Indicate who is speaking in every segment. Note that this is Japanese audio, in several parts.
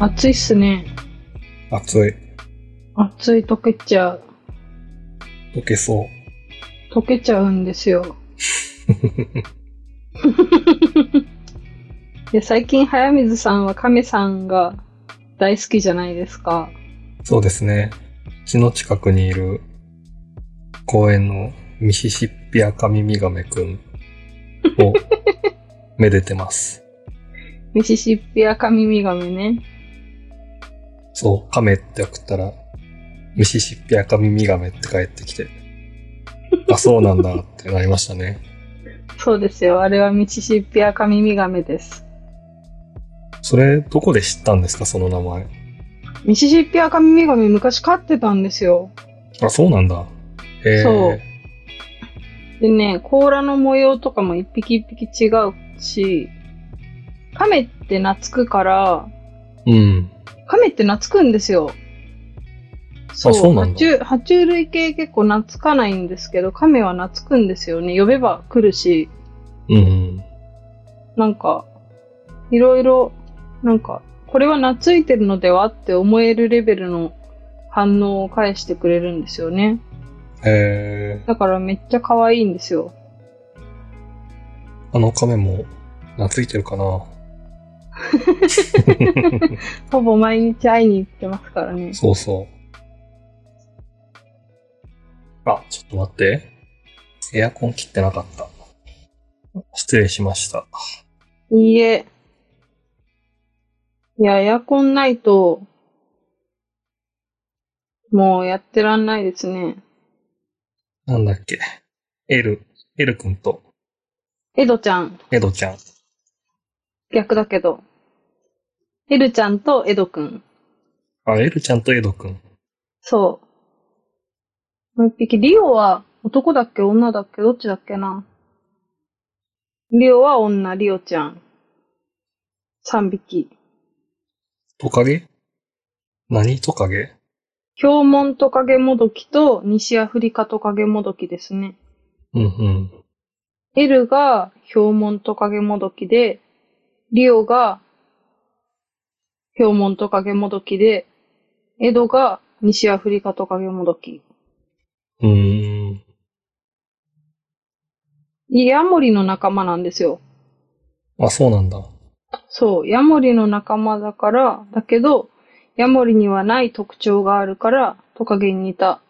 Speaker 1: 暑いっすね。
Speaker 2: 暑い。
Speaker 1: 暑い溶けちゃう。
Speaker 2: 溶けそう。
Speaker 1: 溶けちゃうんですよ。いや最近、早水さんは亀さんが大好きじゃないですか。
Speaker 2: そうですね。うちの近くにいる公園のミシシッピアカミミガメくんをめでてます。
Speaker 1: ミシシッピアカミミガメね。
Speaker 2: そう、カメって送ったら、ミシシッピアカミミガメって帰ってきて、あ、そうなんだってなりましたね。
Speaker 1: そうですよ。あれはミシシッピアカミミガメです。
Speaker 2: それ、どこで知ったんですか、その名前。
Speaker 1: ミシシッピアカミミガメ昔飼ってたんですよ。
Speaker 2: あ、そうなんだ。へえ。
Speaker 1: そうでね、甲羅の模様とかも一匹一匹違うし、亀って懐くから、
Speaker 2: うん。
Speaker 1: 亀って懐くんですよ。そう
Speaker 2: そうなんだ
Speaker 1: 爬虫。爬虫類系結構懐かないんですけど、亀は懐くんですよね。呼べば来るし、
Speaker 2: うん。
Speaker 1: なんか、いろいろ、なんか、これは懐いてるのではって思えるレベルの反応を返してくれるんですよね。
Speaker 2: へえ。
Speaker 1: だからめっちゃ可愛いんですよ。
Speaker 2: あのカメも、懐いてるかな。
Speaker 1: ほぼ毎日会いに行ってますからね。
Speaker 2: そうそう。あ、ちょっと待って。エアコン切ってなかった。失礼しました。
Speaker 1: いいえ。いや、エアコンないと、もうやってらんないですね。
Speaker 2: なんだっけ。エル、エル君と
Speaker 1: エドちゃん、
Speaker 2: エドちゃん。
Speaker 1: 逆だけど。エルちゃんとエドくん。
Speaker 2: あ、エルちゃんとエド君。
Speaker 1: そう。もう一匹、リオは男だっけ女だっけどっちだっけな。リオは女、リオちゃん。三匹。
Speaker 2: トカゲ何トカゲ
Speaker 1: ヒ門トカゲモドキと西アフリカトカゲモドキですね。
Speaker 2: うんうん。
Speaker 1: エルが氷門トカゲモドキで、リオが氷門トカゲモドキで、エドが西アフリカトカゲモドキ。
Speaker 2: うーん。
Speaker 1: ヤモリの仲間なんですよ。
Speaker 2: あ、そうなんだ。
Speaker 1: そう、ヤモリの仲間だから、だけど、ヤモリにはない特徴があるから、トカゲに似た。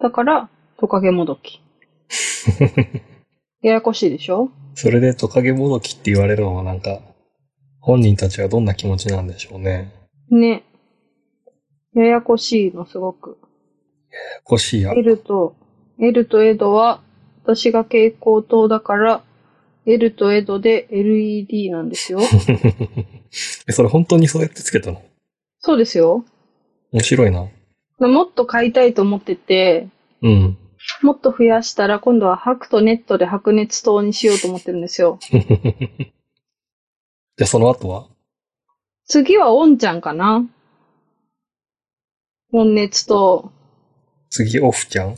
Speaker 1: だから、トカゲモドキ。ややこしいでしょ
Speaker 2: それでトカゲもどきって言われるのはなんか、本人たちはどんな気持ちなんでしょうね。
Speaker 1: ね。ややこしいの、すごく。
Speaker 2: コシや
Speaker 1: エ。ルと、エルとエドは、私が蛍光灯だから、エルとエドで LED なんです よ。
Speaker 2: えそれ本当にそうやってつけたの
Speaker 1: そうですよ。
Speaker 2: 面白いな。
Speaker 1: もっと買いたいと思ってて、
Speaker 2: うん。
Speaker 1: もっと増やしたら今度は白とネットで白熱灯にしようと思ってるんですよ。
Speaker 2: じゃあその後は
Speaker 1: 次はオンちゃんかなオン熱と、
Speaker 2: 次、オフちゃん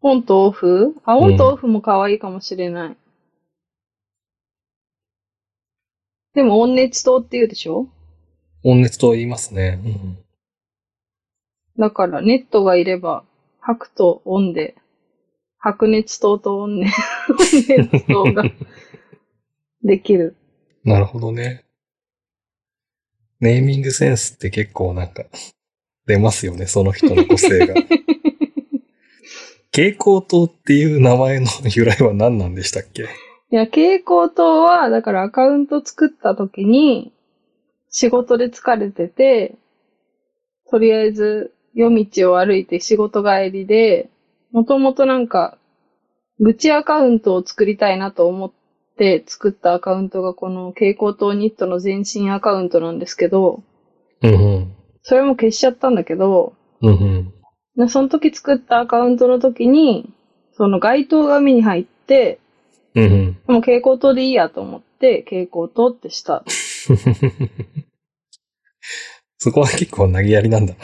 Speaker 1: オンとオフあ、
Speaker 2: うん
Speaker 1: オンとオフも可愛いかもしれない。でも、温熱灯って言うでしょ
Speaker 2: 温熱と言いますね。うん。
Speaker 1: だから、ネットがいれば、白とオンで、白熱灯とオンね、温熱灯ができる。
Speaker 2: なるほどね。ネーミングセンスって結構なんか、 出ますよね、その人の個性 が。蛍光灯っていう名前の由来は何なんでしたっけ
Speaker 1: いや、蛍光灯は、だからアカウント作った時に、仕事で疲れてて、とりあえず夜道を歩いて仕事帰りで、もともとなんか、愚痴アカウントを作りたいなと思って作ったアカウントがこの蛍光灯ニットの全身アカウントなんですけど、
Speaker 2: うんうん。
Speaker 1: それも消しちゃったんだけど、
Speaker 2: うんうん。
Speaker 1: でその時作ったアカウントの時に、その街灯が目に入って、
Speaker 2: うんうん。
Speaker 1: でも蛍光灯でいいやと思って、蛍光灯ってした。
Speaker 2: そこは結構投げやりなんだ。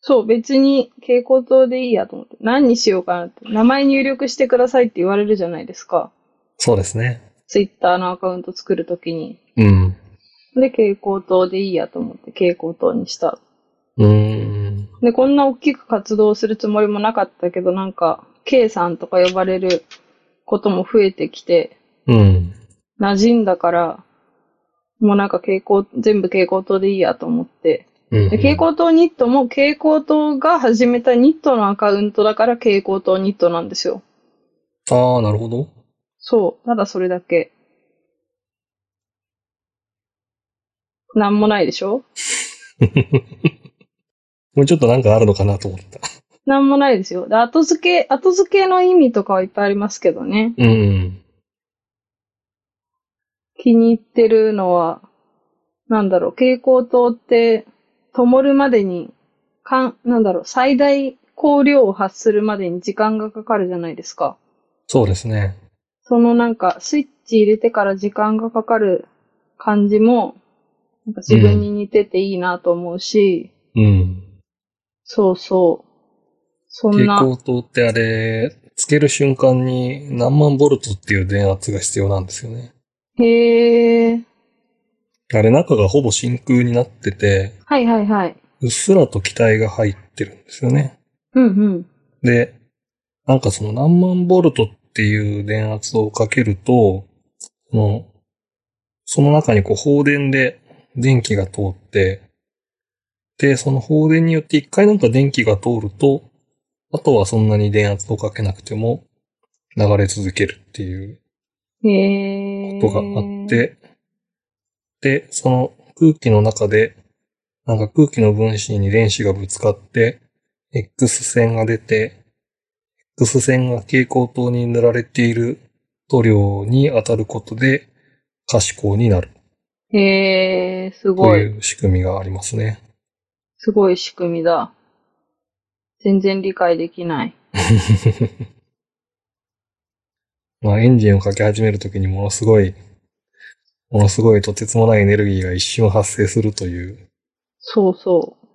Speaker 1: そう、別に蛍光灯でいいやと思って。何にしようかなって。名前入力してくださいって言われるじゃないですか。
Speaker 2: そうですね。
Speaker 1: ツイッターのアカウント作るときに。
Speaker 2: うん。
Speaker 1: で、蛍光灯でいいやと思って蛍光灯にした。
Speaker 2: うーん。
Speaker 1: で、こんな大きく活動するつもりもなかったけど、なんか、K さんとか呼ばれることも増えてきて、
Speaker 2: うん。
Speaker 1: 馴染んだから、もうなんか蛍光、全部蛍光灯でいいやと思って。
Speaker 2: うん。
Speaker 1: で、蛍光灯ニットも蛍光灯が始めたニットのアカウントだから蛍光灯ニットなんですよ。
Speaker 2: ああ、なるほど。
Speaker 1: そう。ただそれだけ。なんもないでしょ
Speaker 2: もうちょっとなんかあるのかなと思った。
Speaker 1: なんもないですよ。で、後付け、後付けの意味とかはいっぱいありますけどね。
Speaker 2: うんうん。
Speaker 1: 気に入ってるのは、なんだろう、蛍光灯って、灯るまでに、かん、なんだろう、最大光量を発するまでに時間がかかるじゃないですか。
Speaker 2: そうですね。
Speaker 1: そのなんか、スイッチ入れてから時間がかかる感じも、なんか自分に似てていいなと思うし、
Speaker 2: うん。
Speaker 1: そうそう。そん
Speaker 2: 蛍
Speaker 1: な。
Speaker 2: 光灯ってあれ、つける瞬間に何万ボルトっていう電圧が必要なんですよね。
Speaker 1: へえ。
Speaker 2: あれ中がほぼ真空になってて、
Speaker 1: はいはいはい。
Speaker 2: うっすらと気体が入ってるんですよね。
Speaker 1: うんうん。
Speaker 2: で、なんかその何万ボルトっていう電圧をかけると、その、その中にこう放電で電気が通って、で、その放電によって一回なんか電気が通ると、あとはそんなに電圧をかけなくても流れ続けるっていう
Speaker 1: へえ。
Speaker 2: ことがあっ。て、で、その空気の中で、なんか空気の分子に電子がぶつかって、X 線が出て、X 線が蛍光灯に塗られている塗料に当たることで可視光になる
Speaker 1: へえ、す
Speaker 2: と
Speaker 1: ごい。
Speaker 2: いう仕組みがありますね。
Speaker 1: すごい仕組みだ。全然理解できない。
Speaker 2: まあエンジンをかけ始めるときにものすごい、ものすごいとてつもないエネルギーが一瞬発生するという。
Speaker 1: そうそう。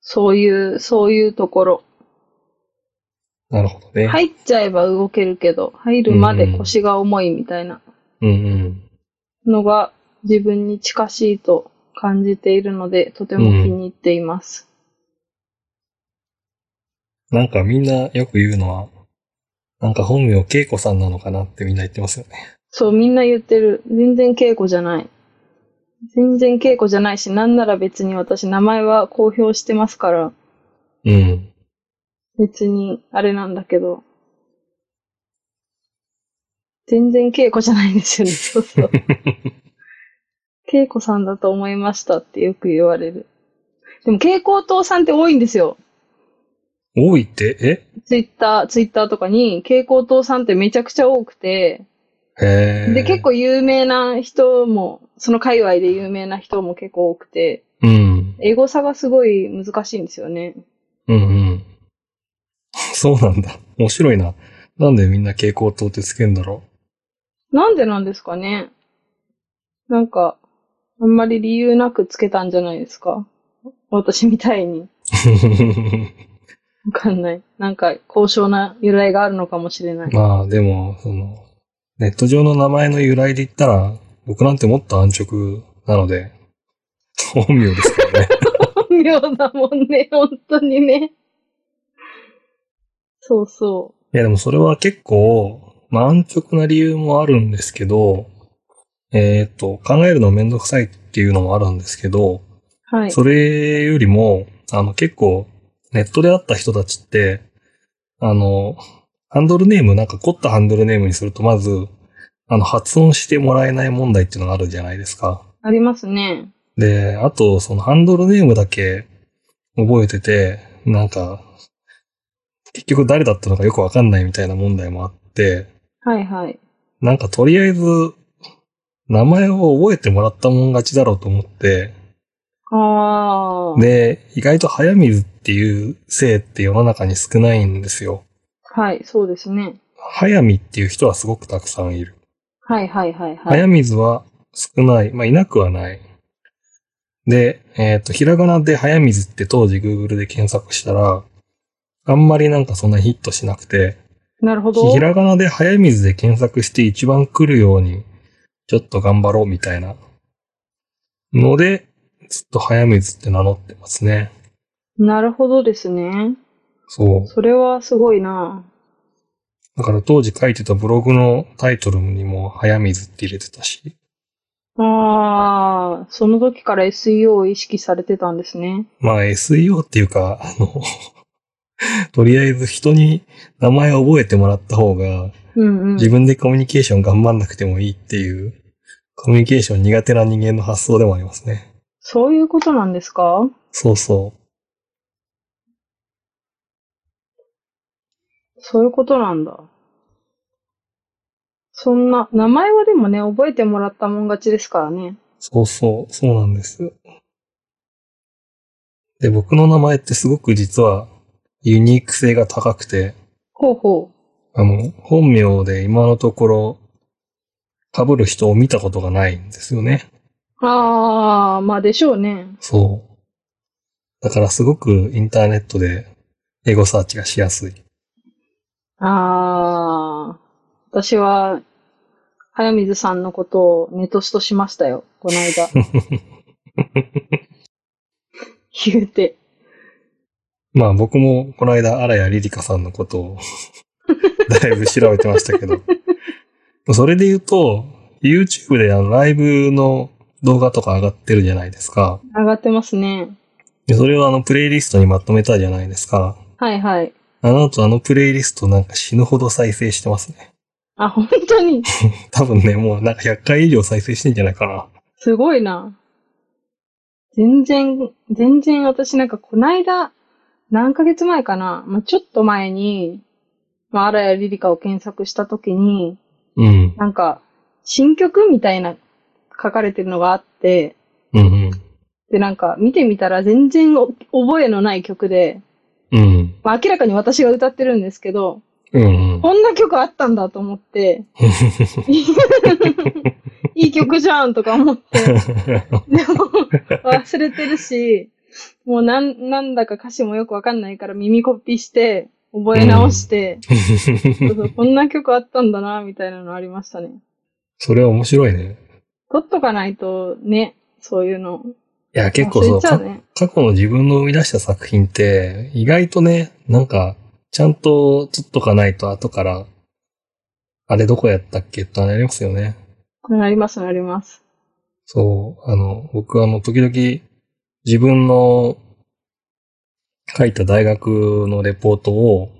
Speaker 1: そういう、そういうところ。
Speaker 2: なるほどね。
Speaker 1: 入っちゃえば動けるけど、入るまで腰が重いみたいな
Speaker 2: うんうん。
Speaker 1: のが自分に近しいと感じているので、とても気に入っています。
Speaker 2: なんかみんなよく言うのは、なんか本名恵子さんなのかなってみんな言ってますよね。
Speaker 1: そう、みんな言ってる。全然稽古じゃない。全然稽古じゃないし、なんなら別に私名前は公表してますから、
Speaker 2: うん。
Speaker 1: 別にあれなんだけど。全然稽古じゃないんですよね。 そうそう。稽古さんだと思いましたってよく言われる。でも蛍光灯さんって多いんですよ。
Speaker 2: 多いって、
Speaker 1: ツイッター、ツイッターとかに蛍光灯さんってめちゃくちゃ多くて、
Speaker 2: えへー
Speaker 1: で、結。構有名な人も、その界隈で有名な人も結構多くて、
Speaker 2: うん。
Speaker 1: 英語差がすごい難しいんですよね。
Speaker 2: うんうん。 そうなんだ。面白いな。なんでみんな蛍光灯ってつけんだろ
Speaker 1: なんでなんですかねなんか、あんまり理由なくつけたんじゃないですか私みたいに。
Speaker 2: う。
Speaker 1: わかんない。なんか、高尚な由来があるのかもしれない。
Speaker 2: まあでも、その、ネット上の名前の由来で言ったら、僕なんてもっと安直なので、本名ですからね。
Speaker 1: 本名だもんね、本当にね。そうそ
Speaker 2: いやでもそれは結構、まあ安直な理由もあるんですけど、えーっと、考えるのめんどくさいっていうのもあるんですけど、
Speaker 1: う。はい。
Speaker 2: それよりも、あの結構、ネットで会った人たちって、あの、ハンドルネーム、なんか凝ったハンドルネームにすると、まず、あの、発音してもらえない問題っていうのがあるじゃないですか。
Speaker 1: ありますね。
Speaker 2: で、あと、そのハンドルネームだけ覚えてて、なんか、結局誰だったのかよくわかんないみたいな問題もあって、
Speaker 1: はいはい。
Speaker 2: なんかとりあえず、名前を覚えてもらったもん勝ちだろうと思って、
Speaker 1: ああ。
Speaker 2: で、意外と早水っていう姓って世の中に少ないんですよ。
Speaker 1: はい、そうですね。
Speaker 2: 早見っていう人はすごくたくさんいる。
Speaker 1: はいはいはいはい。
Speaker 2: 早水は少ない。まあ、いなくはない。で、えっ、と、ひらがなで早水って当時 Google で検索したら、あんまりなんかそんなヒットしなくて、
Speaker 1: なるほど。
Speaker 2: ひらがなで早水で検索して一番来るようにちょっと頑張ろうみたいなので、ずっと早水って名乗ってますね。
Speaker 1: なるほどですね。
Speaker 2: そう。
Speaker 1: それはすごいな
Speaker 2: だから当時書いてたブログのタイトルにも早水って入れてたし。
Speaker 1: ああ、その時から SEO を意識されてたんですね。
Speaker 2: まあ SEO っていうか、あの、 とりあえず人に名前を覚えてもらった方が、
Speaker 1: うんうん。
Speaker 2: 自分でコミュニケーション頑張んなくてもいいっていう、コミュニケーション苦手な人間の発想でもありますね。
Speaker 1: そういうことなんですか
Speaker 2: そうそ
Speaker 1: そういうことなんだ。そんな、名前はでもね、覚えてもらったもん勝ちですからね。
Speaker 2: う。そうそう。そうなんです。で、僕の名前ってすごく実はユニーク性が高くて、
Speaker 1: ほうほ
Speaker 2: あの、本名で今のところ被る人を見たことがないんですよね。
Speaker 1: う。ああ、まあでしょうね。
Speaker 2: そう。だからすごくインターネットでエゴサーチがしやすい。
Speaker 1: ああ、私は、早水さんのことをネトストしましたよ、この 間。言うて。
Speaker 2: まあ僕もこの間、荒谷リリカさんのことを、だいぶ調べてましたけど。それで言うと、YouTube であのライブの動画とか上がってるじゃないですか。
Speaker 1: 上がってますね。
Speaker 2: でそれをあのプレイリストにまとめたじゃないですか。
Speaker 1: はいはい。
Speaker 2: あの後あのプレイリストなんか死ぬほど再生してますね。
Speaker 1: あ、本当に、
Speaker 2: 多分ね、もうなんか100回以上再生してんじゃないかな。
Speaker 1: すごいな。全然、全然私なんかこないだ、何ヶ月前かな。まあ、ちょっと前に、まあ、荒谷リリカを検索したときに、
Speaker 2: うん。
Speaker 1: なんか、新曲みたいな書かれてるのがあって、
Speaker 2: うん
Speaker 1: で、なんか、見てみたら全然お覚えのない曲で、
Speaker 2: うん。うん。
Speaker 1: まあ、明らかに私が歌ってるんですけど、
Speaker 2: うん、うん。
Speaker 1: こんな曲あったんだと思 って、いい曲じゃんとか思 って、でも、忘れてるし、もうなん、なんだか歌詞もよくわかんないから耳コピーして、覚え直して、そうそう こんな曲あったんだな、みたいなのありましたね。
Speaker 2: それは面白いね。
Speaker 1: 取っとかないとね、そういうの。
Speaker 2: いや、結構
Speaker 1: 忘
Speaker 2: そう、
Speaker 1: れちゃうね。
Speaker 2: 過去の自分の生み出した作品って、意外とね、なんか、ちゃんと撮っとかないと後から、あれどこやったっけってなりますよね。
Speaker 1: なります、なります。
Speaker 2: そう、あの、僕はあの、時々、自分の書いた大学のレポートを、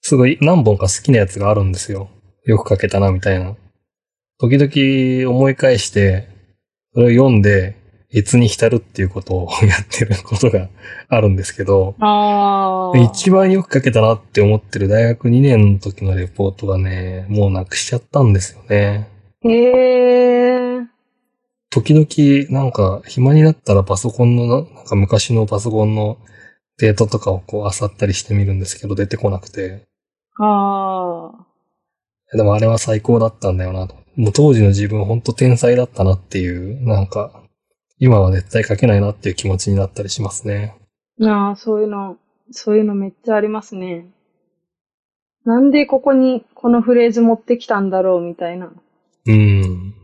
Speaker 2: すごい何本か好きなやつがあるんですよ。よく書けたな、みたいな。時々思い返して、それを読んで、越に浸るっていうことを やってることがあるんですけど、
Speaker 1: ああ。
Speaker 2: 一番よく書けたなって思ってる大学2年の時のレポートがね、もうなくしちゃったんですよね。
Speaker 1: へえ。
Speaker 2: 時々、なんか、暇になったらパソコンのな、なんか昔のパソコンのデータとかをこう、漁ったりしてみるんですけど、出てこなくて。
Speaker 1: ああ。
Speaker 2: でもあれは最高だったんだよなと。もう当時の自分ほんと天才だったなっていう、なんか、今は絶対書けないなっていう気持ちになったりしますね。
Speaker 1: ああ、そういうの、そういうのめっちゃありますね。なんでここにこのフレーズ持ってきたんだろうみたいな。
Speaker 2: うん。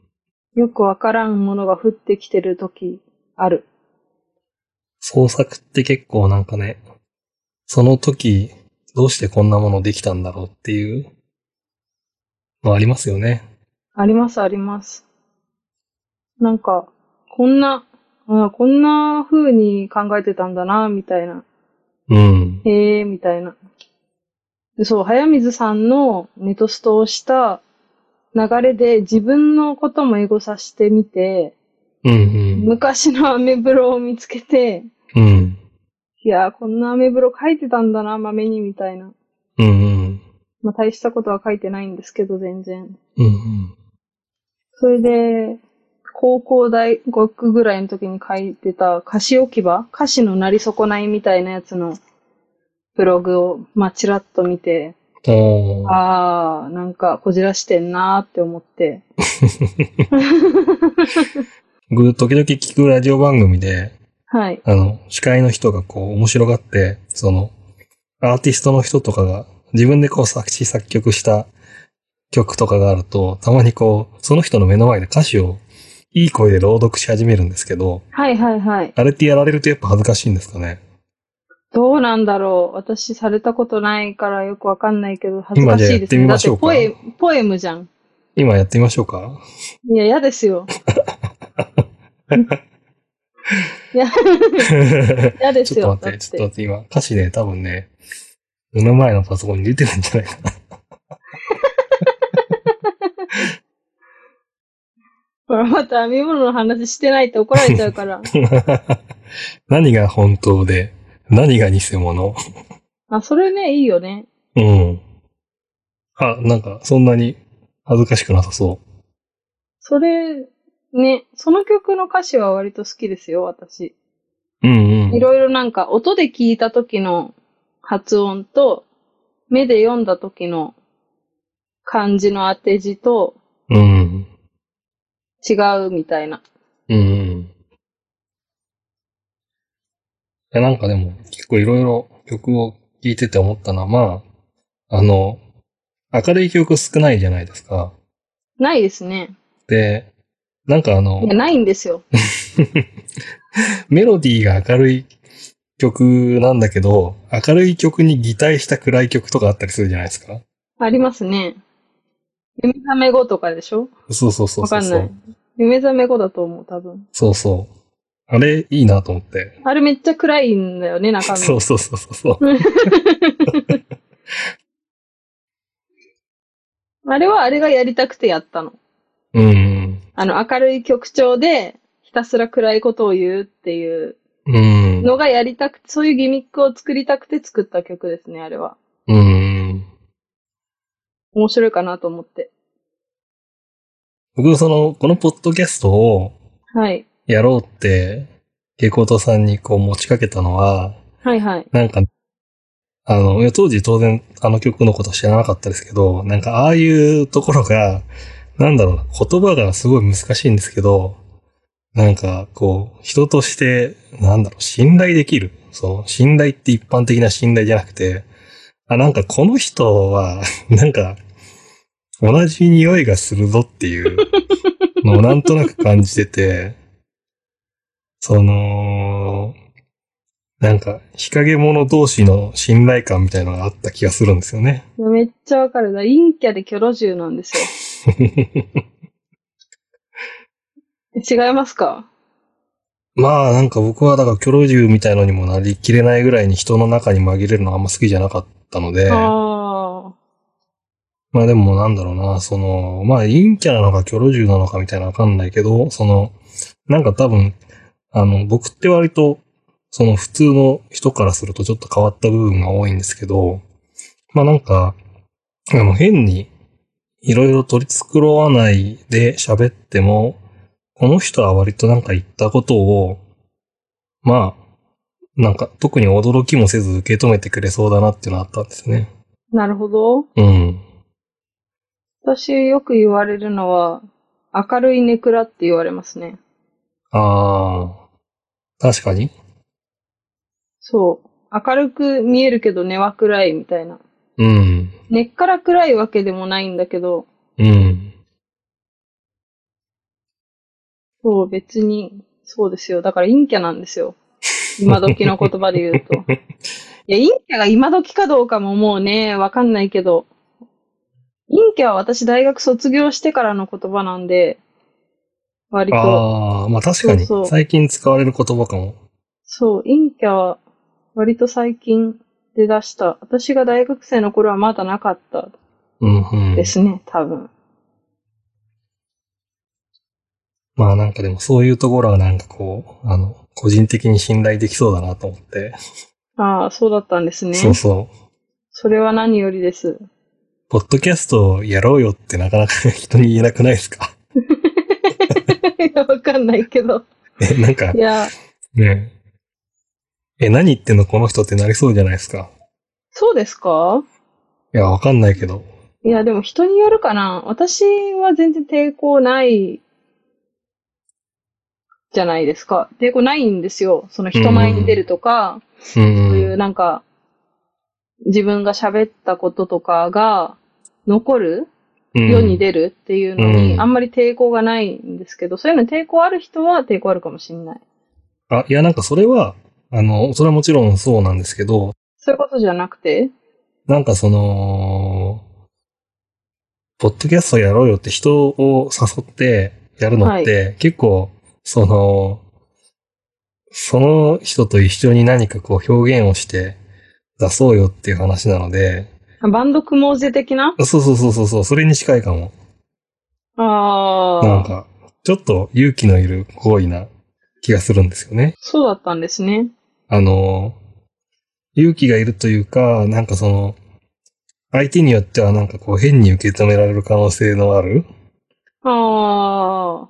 Speaker 1: よくわからんものが降ってきてる時ある。
Speaker 2: 創作って結構なんかね、その時、どうしてこんなものできたんだろうっていう、のありますよね。
Speaker 1: あります、あります。なんか、こんな、ああこんな風に考えてたんだな、みたいな。
Speaker 2: うん。
Speaker 1: へえ、みたいな。でそう、早水さんのネトストをした流れで自分のこともエゴさしてみて、
Speaker 2: うんうん。
Speaker 1: 昔のアメブロを見つけて、
Speaker 2: うん。
Speaker 1: いやー、こんなアメブロ書いてたんだな、豆に、みたいな。
Speaker 2: うんうん。
Speaker 1: まあ、大したことは書いてないんですけど、全然。
Speaker 2: うんうん。
Speaker 1: それで、高校大学ぐらいの時に書いてた歌詞置き場歌詞のなり損ないみたいなやつのブログを、まあ、ちらっと見て、
Speaker 2: おー
Speaker 1: ああ、なんか、こじらしてんなーって思って。
Speaker 2: 僕、時々聞くラジオ番組で、
Speaker 1: はい。
Speaker 2: あの、司会の人がこう、面白がって、その、アーティストの人とかが、自分でこう作詞作曲した曲とかがあると、たまにこう、その人の目の前で歌詞をいい声で朗読し始めるんですけど、
Speaker 1: はいはいはい。
Speaker 2: あれってやられるとやっぱ恥ずかしいんですかね。
Speaker 1: どうなんだろう。私されたことないからよくわかんないけど、恥ず
Speaker 2: 今
Speaker 1: か
Speaker 2: じゃあ
Speaker 1: しい
Speaker 2: や
Speaker 1: で
Speaker 2: っ
Speaker 1: す
Speaker 2: て
Speaker 1: ね。
Speaker 2: み
Speaker 1: だ
Speaker 2: ま
Speaker 1: っ
Speaker 2: してょうか
Speaker 1: ポエ、ポエムじゃん。
Speaker 2: 今やってみましょうか。
Speaker 1: いや、嫌です よ。いや、嫌で
Speaker 2: ち
Speaker 1: す
Speaker 2: ょ
Speaker 1: よ。
Speaker 2: っと待って、ちょっと
Speaker 1: だ
Speaker 2: 待って、今、歌詞ね、多分ね、目の前のパソコンに出てるんじゃないかな。
Speaker 1: ほら、また編み物の話してないって怒られちゃう から。
Speaker 2: 何が本当で、何が偽物。
Speaker 1: あ、それね、いいよね。
Speaker 2: うん。あ、なんか、そんなに恥ずかしくなさそ
Speaker 1: それ、ね、その曲の歌詞は割と好きですよ、私。
Speaker 2: う。うんう
Speaker 1: い
Speaker 2: ん。
Speaker 1: ろいろなんか、音で聞いた時の発音と、目で読んだ時の漢字の当て字と
Speaker 2: うん。
Speaker 1: 違うみたいな。
Speaker 2: うんうん。いや、なんかでも、結構いろいろ曲を聴いてて思ったのは、まあ、あの、明るい曲少ないじゃないですか。
Speaker 1: ないですね。
Speaker 2: で、なんかあの
Speaker 1: い、や、ないんですよ。
Speaker 2: メロディーが明るい曲なんだけど、明るい曲に擬態した暗い曲とかあったりするじゃないですか。
Speaker 1: ありますね。夢覚め後とかでしょ
Speaker 2: そうそうそうそう。
Speaker 1: わかんない。夢覚め後だと思う、多分。
Speaker 2: そうそう。あれ、いいなと思って。
Speaker 1: あれめっちゃ暗いんだよね、中身。
Speaker 2: そうそうそうそう。
Speaker 1: あれはあれがやりたくてやったの。
Speaker 2: うんうん。
Speaker 1: あの、明るい曲調で、ひたすら暗いことを言うっていう
Speaker 2: うん。
Speaker 1: のがやりたくて、そういうギミックを作りたくて作った曲ですね、あれは。
Speaker 2: うん。
Speaker 1: 面白いかなと思って。
Speaker 2: 僕、その、このポッドキャストを
Speaker 1: はい。
Speaker 2: やろうって、ケイコートさんにこう持ちかけたのは、
Speaker 1: はいはい。
Speaker 2: なんか、あの、いや当時当然あの曲のこと知らなかったですけど、なんかああいうところが、なんだろうな、言葉がすごい難しいんですけど、なんかこう、人として、なんだろう、信頼できる。そう、信頼って一般的な信頼じゃなくて、あ、なんかこの人は、 なんか、同じ匂いがするぞっていうのをなんとなく感じてて、その、なんか、日陰者同士の信頼感みたいのがあった気がするんですよね。
Speaker 1: いやめっちゃわかるな。陰キャでキョロ獣なんですよ。違いますか
Speaker 2: まあなんか僕はだから巨老獣みたいのにもなりきれないぐらいに人の中に紛れるのはあんま好きじゃなかったので、
Speaker 1: ああ。
Speaker 2: まあでもなんだろうな、その、まあ陰キャなのか巨老獣なのかみたいなのわかんないけど、その、なんか多分、あの、僕って割と、その普通の人からするとちょっと変わった部分が多いんですけど、まあなんか、あの変にいろいろ取り繕わないで喋っても、この人は割となんか言ったことを、まあ、なんか特に驚きもせず受け止めてくれそうだなっていうのがあったんですね。
Speaker 1: なるほど。
Speaker 2: うん。
Speaker 1: 私よく言われるのは、明るいネクラって言われますね。
Speaker 2: ああ、確かに。
Speaker 1: そう。明るく見えるけど根は暗いみたいな。
Speaker 2: うん。
Speaker 1: 根っから暗いわけでもないんだけど、
Speaker 2: うん。
Speaker 1: そう、別に、そうですよ。だから陰キャなんですよ。今時の言葉で言うと。 いや、陰キャが今時かどうかももうね、わかんないけど、陰キャは私大学卒業してからの言葉なんで、割と、
Speaker 2: ああ、まあ確かに
Speaker 1: そうそう
Speaker 2: 最近使われる言葉かも。
Speaker 1: そう、陰キャは割と最近出だした。私が大学生の頃はまだなかった
Speaker 2: うん、うん。
Speaker 1: ですね、多分。
Speaker 2: まあなんかでもそういうところはなんかこう、あの、個人的に信頼できそうだなと思って。
Speaker 1: ああ、そうだったんですね。
Speaker 2: そうそう。
Speaker 1: それは何よりです。
Speaker 2: ポッドキャストをやろうよってなかなか人に言えなくないですか
Speaker 1: いやわかんないけど。
Speaker 2: え、なんか
Speaker 1: い、や、
Speaker 2: ねえ。え、何言ってんのこの人ってなりそうじゃないですか。
Speaker 1: そうですか
Speaker 2: いや、わかんないけど。
Speaker 1: いや、でも人によるかな。私は全然抵抗ないじゃないですか。抵抗ないんですよ。その人前に出るとか、
Speaker 2: うん。
Speaker 1: そういううんなんか、自分が喋ったこととかが残る
Speaker 2: うん
Speaker 1: 世に出るっていうの
Speaker 2: う
Speaker 1: に、
Speaker 2: ん
Speaker 1: あんまり抵抗がないんですけど、そういうのに抵抗ある人は抵抗あるかもしれない。
Speaker 2: あ、いや、なんかそれは、あの、それはもちろんそうなんですけど、
Speaker 1: そういうことじゃなくて、
Speaker 2: なんかその、ポッドキャストやろうよって人を誘ってやるのって、結構、その、その人と一緒に何かこう表現をして出そうよっていう話なので、
Speaker 1: バンドクモーゼ的な
Speaker 2: そうそうそうそうそう、それに近いかも。
Speaker 1: ああ、
Speaker 2: なんか、ちょっと勇気のいる行為な気がするんですよね。
Speaker 1: そうだったんですね。
Speaker 2: あの、勇気がいるというか、なんかその、相手によってはなんかこう変に受け止められる可能性のある
Speaker 1: ああ、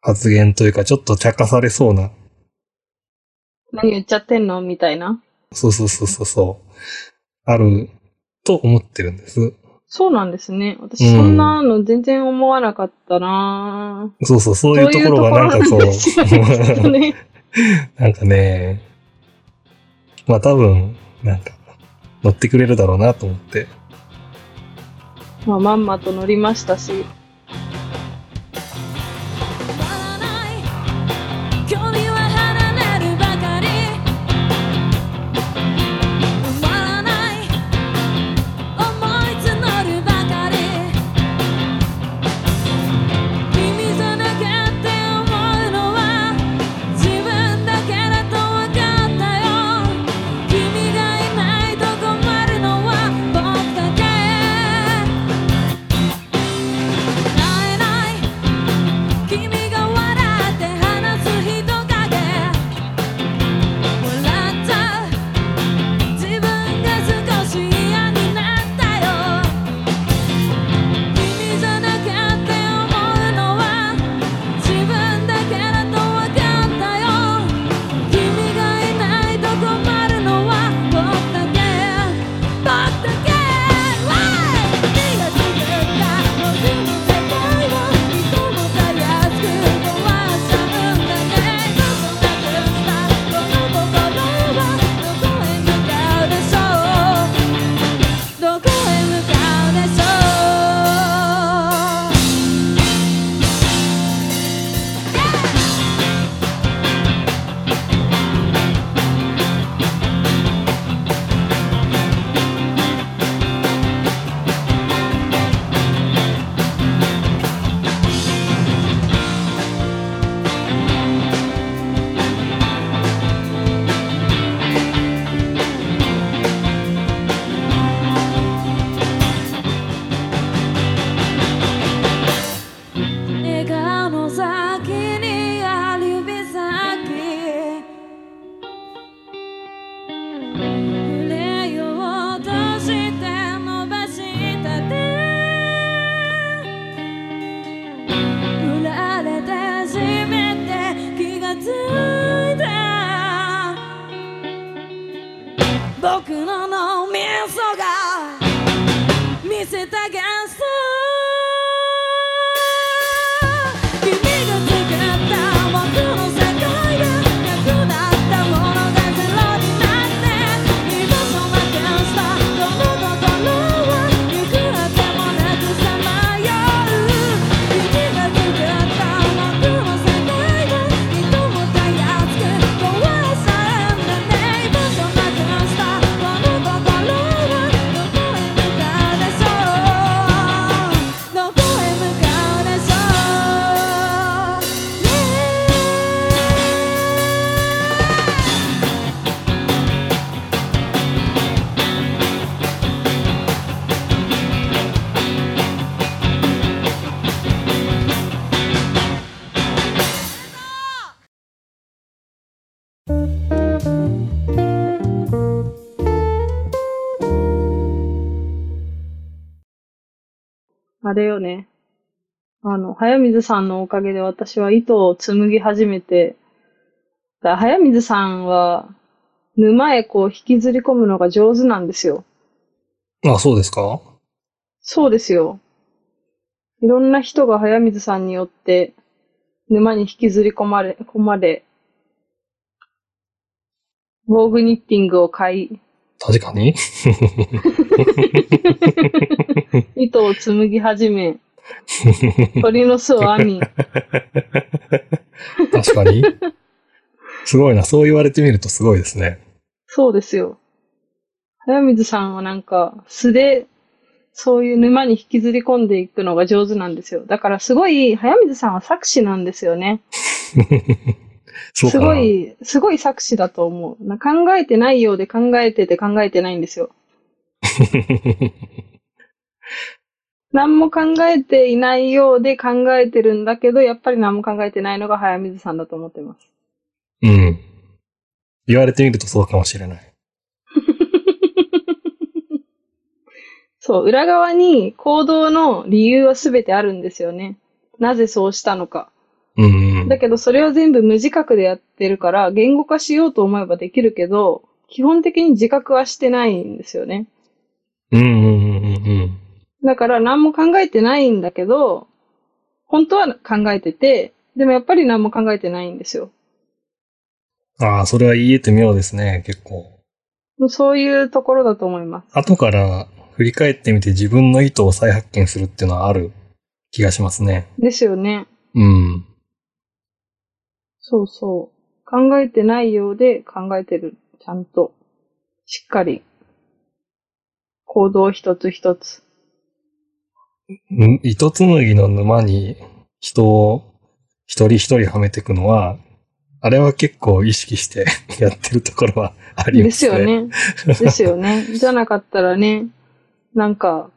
Speaker 2: 発言というか、ちょっと茶化されそうな。
Speaker 1: 何言っちゃってんのみたいな。
Speaker 2: そうそうそうそうそう。あると思ってるんです。
Speaker 1: そうなんですね。私
Speaker 2: うん
Speaker 1: そんなの全然思わなかったなぁ、
Speaker 2: そうそう、そういうところがなんかこ
Speaker 1: そういうところなんですよ
Speaker 2: う、
Speaker 1: ね。
Speaker 2: なんかね、まあ多分、なんか、乗ってくれるだろうなと思って。
Speaker 1: まあ、まんまと乗りましたし。
Speaker 3: 止まらない距離は離れるばかり止まらない思い募るばかり君じゃなきゃって思うのは自分だけだと分かったよ君がいないと困るのは僕だけ会えない「君が笑って話す人影」「笑っちゃう自分が少し嫌になったよ」「君じゃなきゃって思うのは自分だけだと分かったよ」「君がいないと困るのは僕だけ」「僕だけ」「君が作ったのに世界をいつもたやすく壊しちゃうんだね」「そんなくしたこの心はどこへ向かうでしょう」「どこへ向かうでしょう」笑顔の先にある指先触れようとして伸ばした手振られてしめて気がついた僕の脳みそが見せた幻想君が作った僕の世界がなくなったものがゼロになって居場所なくしたこの心はいくらでもなくさまよう君が作った僕の世界がいともたやすく壊しちゃうんだね居場所なくしたこの心はどこへ向かうでしょうどこへ向かうでしょうね
Speaker 1: あれよね。あの、早水さんのおかげで私は糸を紡ぎ始めて、だから早水さんは、沼へこう引きずり込むのが上手なんですよ。
Speaker 2: あ、そうですか
Speaker 1: そうですよ。いろんな人が早水さんによって、沼に引きずり込まれ、込まれ、防具ニッティングを買い、
Speaker 2: 確かに
Speaker 1: 糸を紡ぎ始め、鳥の巣を編み、
Speaker 2: 確かに。すごいな。そう言われてみるとすごいですね。
Speaker 1: そうですよ。早水さんはなんか素でそういう沼に引きずり込んでいくのが上手なんですよ。だからすごい、早水さんは作詞なんですよね。
Speaker 2: そう
Speaker 1: す
Speaker 2: かな。
Speaker 1: ごい、すごい作詞だと思う。な考えてないようで考えてて考えてないんですよ。何も考えていないようで考えてるんだけど、やっぱり何も考えてないのが早水さんだと思ってます。
Speaker 2: うん。言われてみるとそうかもしれない。
Speaker 1: そう、裏側に行動の理由は全てあるんですよね。なぜそうしたのか。
Speaker 2: うん、うん。
Speaker 1: だけどそれは全部無自覚でやってるから、言語化しようと思えばできるけど、基本的に自覚はしてないんですよね。
Speaker 2: うんうんうんうん
Speaker 1: だから何も考えてないんだけど、本当は考えてて、でもやっぱり何も考えてないんですよ。
Speaker 2: うん。ああ、それは言えて妙ですね、結構。
Speaker 1: もうそういうところだと思います。
Speaker 2: 後から振り返ってみて自分の意図を再発見するっていうのはある気がしますね。
Speaker 1: ですよね。
Speaker 2: うん。
Speaker 1: そうそう。考えてないようで考えてる。ちゃんと。しっかり。行動一つ一つ。
Speaker 2: ん糸紡ぎの沼に人を一人一人はめていくのは、あれは結構意識して やってるところはあり
Speaker 1: で
Speaker 2: ますすね。
Speaker 1: よ。ね。ですよ ね。じゃなかったらね、なんか、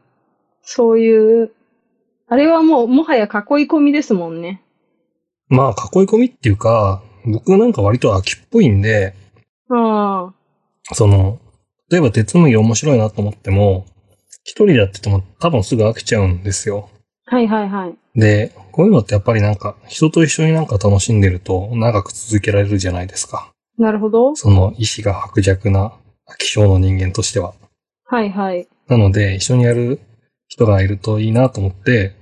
Speaker 1: そういう、あれはもう、もはや囲い込みですもんね。
Speaker 2: まあ、囲い込みっていうか、僕なんか割と秋っぽいんで、
Speaker 1: ああ、
Speaker 2: その、例えば手紡ぎ面白いなと思っても、一人でやってても多分すぐ飽きちゃうんですよ。
Speaker 1: はいはいはい。
Speaker 2: で、こういうのってやっぱりなんか、人と一緒になんか楽しんでると長く続けられるじゃないですか。
Speaker 1: なるほど。
Speaker 2: その意志が薄弱な飽き性の人間としては。
Speaker 1: はいはい。
Speaker 2: なので、一緒にやる人がいるといいなと思って、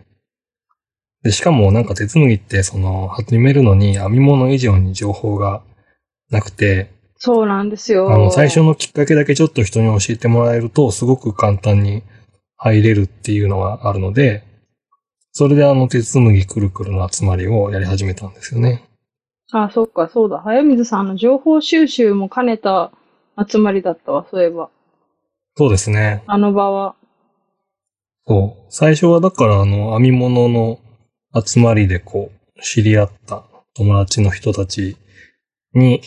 Speaker 2: で、しかもなんか手紡ぎって、その、始めるのに編み物以上に情報がなくて、
Speaker 1: そうなんです
Speaker 2: あ
Speaker 1: よ。
Speaker 2: の、最初のきっかけだけちょっと人に教えてもらえると、すごく簡単に入れるっていうのがあるので、それであの、手紡ぎくるくるの集まりをやり始めたんですよね。
Speaker 1: あ、そっか、そうだ。早水さんの情報収集も兼ねた集まりだったわ、そういえば。
Speaker 2: そうですね。
Speaker 1: あの場は。
Speaker 2: そう。最初はだからあの、編み物の集まりでこう、知り合った友達の人たちに、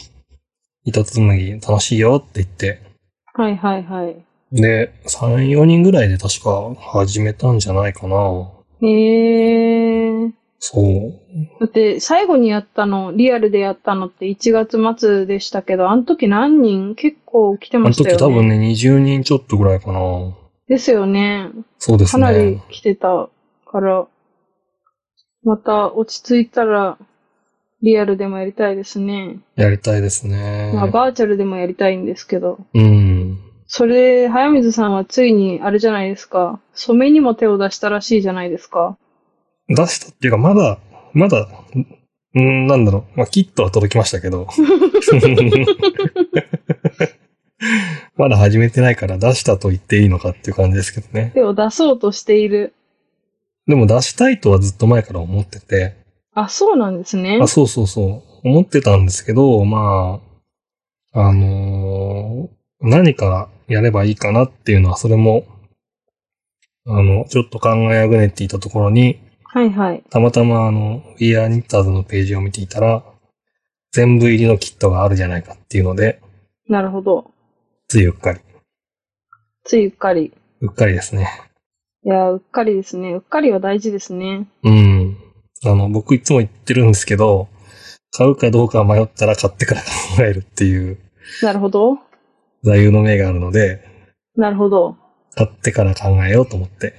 Speaker 2: 板紡ぎ楽しいよって言って、
Speaker 1: はいはいはい。
Speaker 2: で、3、4人ぐらいで確か始めたんじゃないかな。
Speaker 1: へえ。
Speaker 2: そう。
Speaker 1: だって、最後にやったの、リアルでやったのって1月末でしたけど、あの時何人結構来て
Speaker 2: あ
Speaker 1: ま
Speaker 2: の
Speaker 1: したよ
Speaker 2: 時
Speaker 1: ね。
Speaker 2: 多分ね、20人ちょっとぐらいかな。
Speaker 1: ですよね。
Speaker 2: そうです
Speaker 1: か
Speaker 2: ね。
Speaker 1: なり来てたから、また落ち着いたら、リアルでもやりたいですね。
Speaker 2: やりたいですね。
Speaker 1: まあ、バーチャルでもやりたいんですけど。
Speaker 2: うん。
Speaker 1: それで、早水さんはついに、あれじゃないですか。染めにも手を出したらしいじゃないですか。
Speaker 2: 出したっていうか、まだ、まだ、んなんだろう。まあ、キットは届きました けど。まだ始めてないから出したと言っていいのかっていう感じですけどね。
Speaker 1: 手を出そうとしている。
Speaker 2: でも出したいとはずっと前から思ってて。
Speaker 1: あ、そうなんですね
Speaker 2: あ、。そうそうそう。思ってたんですけど、まあ、あのー何かやればいいかなっていうのは、それも、あの、ちょっと考えあぐねていたところに、
Speaker 1: はいはい。
Speaker 2: たまたまあの、We Are Knitters のページを見ていたら、全部入りのキットがあるじゃないかっていうので、
Speaker 1: なるほど。
Speaker 2: ついうっかり。
Speaker 1: ついうっかり。
Speaker 2: うっかりですね。
Speaker 1: いやー、うっかりですね。うっかりは大事ですね。
Speaker 2: うん。あの、僕いつも言ってるんですけど、買うかどうか迷ったら買ってから考えるっていう
Speaker 1: なるほど。
Speaker 2: 座右の銘があるので、
Speaker 1: なるほど。
Speaker 2: 買ってから考えようと思って、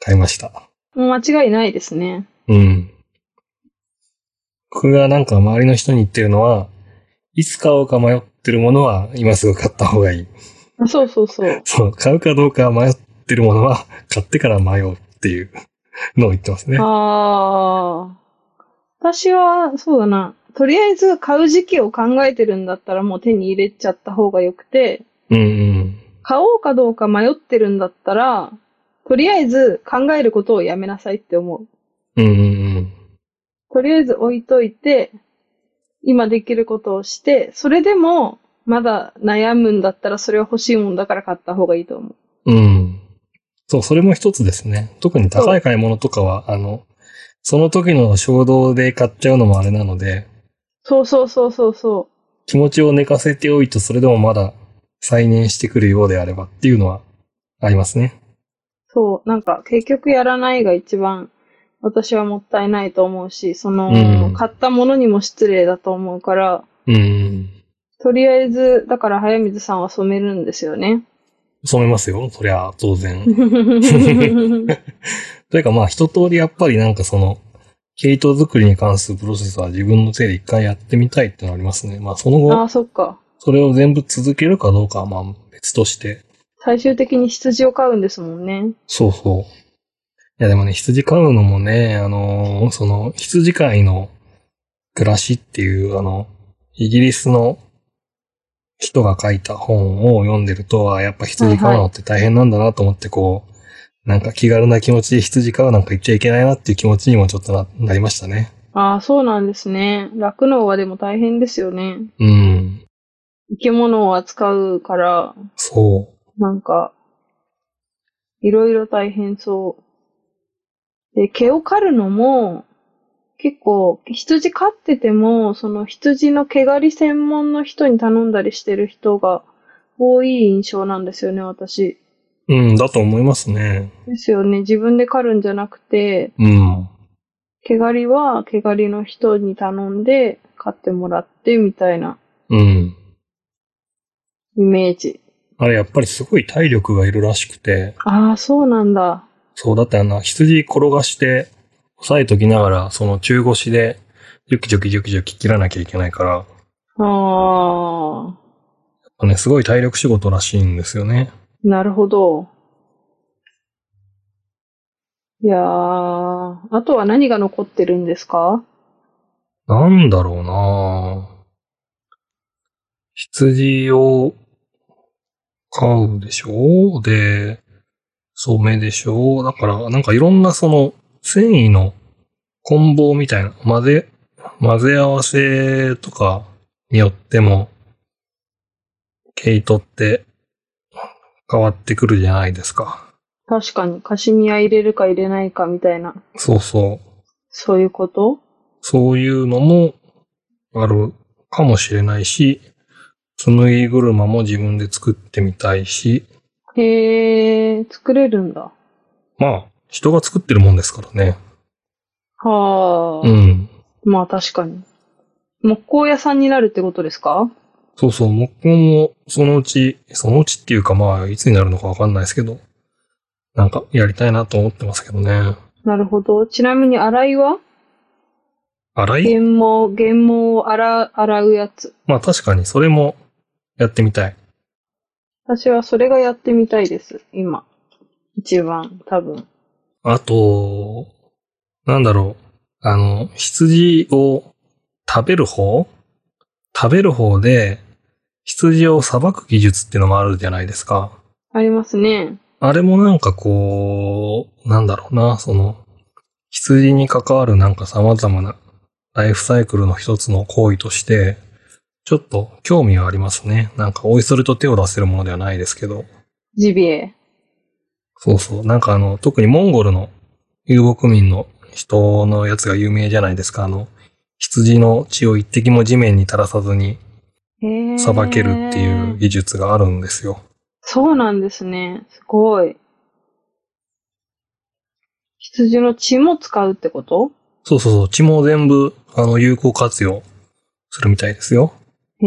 Speaker 2: 買いました。
Speaker 1: 間違いないですね。
Speaker 2: うん。僕がなんか周りの人に言ってるのは、いつ買おうか迷ってるものは今すぐ買った方がいい。
Speaker 1: あそうそうそう。
Speaker 2: そう、買うかどうか迷ってるものは、買ってから迷うっていうのを言ってますね。
Speaker 1: ああ。私は、そうだな。とりあえず買う時期を考えてるんだったらもう手に入れちゃった方が良くて、
Speaker 2: うんうん。
Speaker 1: 買おうかどうか迷ってるんだったら、とりあえず考えることをやめなさいって思う。
Speaker 2: うんうんうん。
Speaker 1: とりあえず置いといて、今できることをして、それでも、まだ悩むんだったらそれは欲しいもんだから買った方がいいと思う。
Speaker 2: うん。そう、それも一つですね。特に高い買い物とかは、あの、その時の衝動で買っちゃうのもあれなので、
Speaker 1: そうそうそうそうそ
Speaker 2: 気持ちを寝かせておいて、それでもまだ再燃してくるようであればっていうのはありますね。
Speaker 1: う。そう。なんか、結局やらないが一番、私はもったいないと思うし、その、
Speaker 2: うん
Speaker 1: 買ったものにも失礼だと思うから、
Speaker 2: うん。
Speaker 1: とりあえず、だから早水さんは染めるんですよ ね。
Speaker 2: 染めますよ。そりゃ、当然。というかまあ一通りやっぱりなんかその、毛糸作りに関するプロセスは自分の手で一回やってみたいってのありますね。まあその
Speaker 1: ああ、
Speaker 2: 後、
Speaker 1: そっか。
Speaker 2: それを全部続けるかどうかはまあ別として。
Speaker 1: 最終的に羊を飼うんですもんね。
Speaker 2: そうそう。いやでもね、羊飼うのもね、あのーその、羊飼いの暮らしっていう、あの、イギリスの人が書いた本を読んでると、あやっぱ羊飼うのって大変なんだなと思って、こう、なんか気軽な気持ちで羊飼うなんか言っちゃいけないなっていう気持ちにもちょっとななりましたね。
Speaker 1: ああ、そうなんですね。酪農はでも大変ですよね。
Speaker 2: うん。
Speaker 1: 生き物を扱うから、
Speaker 2: そ
Speaker 1: なんか、いろいろ大変そう。で、毛を刈るのも、結構、羊飼ってても、その羊の毛刈り専門の人に頼んだりしてる人が多い印象なんですよね、私。
Speaker 2: う。うん、だと思いますね。
Speaker 1: ですよね。自分で刈るんじゃなくて、
Speaker 2: うん。
Speaker 1: 毛刈りは毛刈りの人に頼んで刈ってもらってみたいな
Speaker 2: うん。
Speaker 1: イメージ。
Speaker 2: あれ、やっぱりすごい体力がいるらしくて、
Speaker 1: ああ、そうなんだ。
Speaker 2: そう、だってあの、羊転がして、押さえときながら、その中腰で、ジョキジョキジョキジョキ切らなきゃいけないから、やっ
Speaker 1: ああ、
Speaker 2: ぱね、すごい体力仕事らしいんですよね。
Speaker 1: なるほど。いやー、あとは何が残ってるんですか
Speaker 2: なんだろうなぁ羊を飼うでしょで、染めでしょだから、なんかいろんなその、繊維の混紡みたいな、混ぜ、混ぜ合わせとかによっても、毛糸って変わってくるじゃないですか。
Speaker 1: 確かに、カシミヤ入れるか入れないかみたいな、
Speaker 2: そうそう。
Speaker 1: そういうこと
Speaker 2: そういうのもあるかもしれないし、紡ぎ車も自分で作ってみたいし、
Speaker 1: へー、作れるんだ。
Speaker 2: まあ、人が作ってるもんですからね。
Speaker 1: は
Speaker 2: う
Speaker 1: ー、
Speaker 2: ん。
Speaker 1: まあ確かに。木工屋さんになるってことですか
Speaker 2: そうそう、木工もそのうち、そのうちっていうかまあ、いつになるのかわかんないですけど、なんかやりたいなと思ってますけどね。
Speaker 1: なるほど。ちなみに洗いは
Speaker 2: 洗い
Speaker 1: 原毛、原毛を洗う洗うやつ。
Speaker 2: まあ確かにそれもやってみたい。
Speaker 1: 私はそれがやってみたいです、今。一番、多分。
Speaker 2: あと、なんだろう。あの、羊を食べる方食べる方で、羊を裁く技術っていうのもあるじゃないですか。
Speaker 1: ありますね。
Speaker 2: あれもなんかこう、なんだろうな、その、羊に関わるなんか様々なライフサイクルの一つの行為として、ちょっと興味はありますね。なんか、おいそれと手を出せるものではないですけど。
Speaker 1: ジビエ。
Speaker 2: そうそう。なんかあの、特にモンゴルの遊牧民の人のやつが有名じゃないですか。あの、羊の血を一滴も地面に垂らさずに
Speaker 1: へえ。
Speaker 2: さばけるっていう技術があるんですよ。
Speaker 1: そうなんですね。すごい。羊の血も使うってこと
Speaker 2: そうそうそう。血も全部、あの、有効活用するみたいですよ。
Speaker 1: へ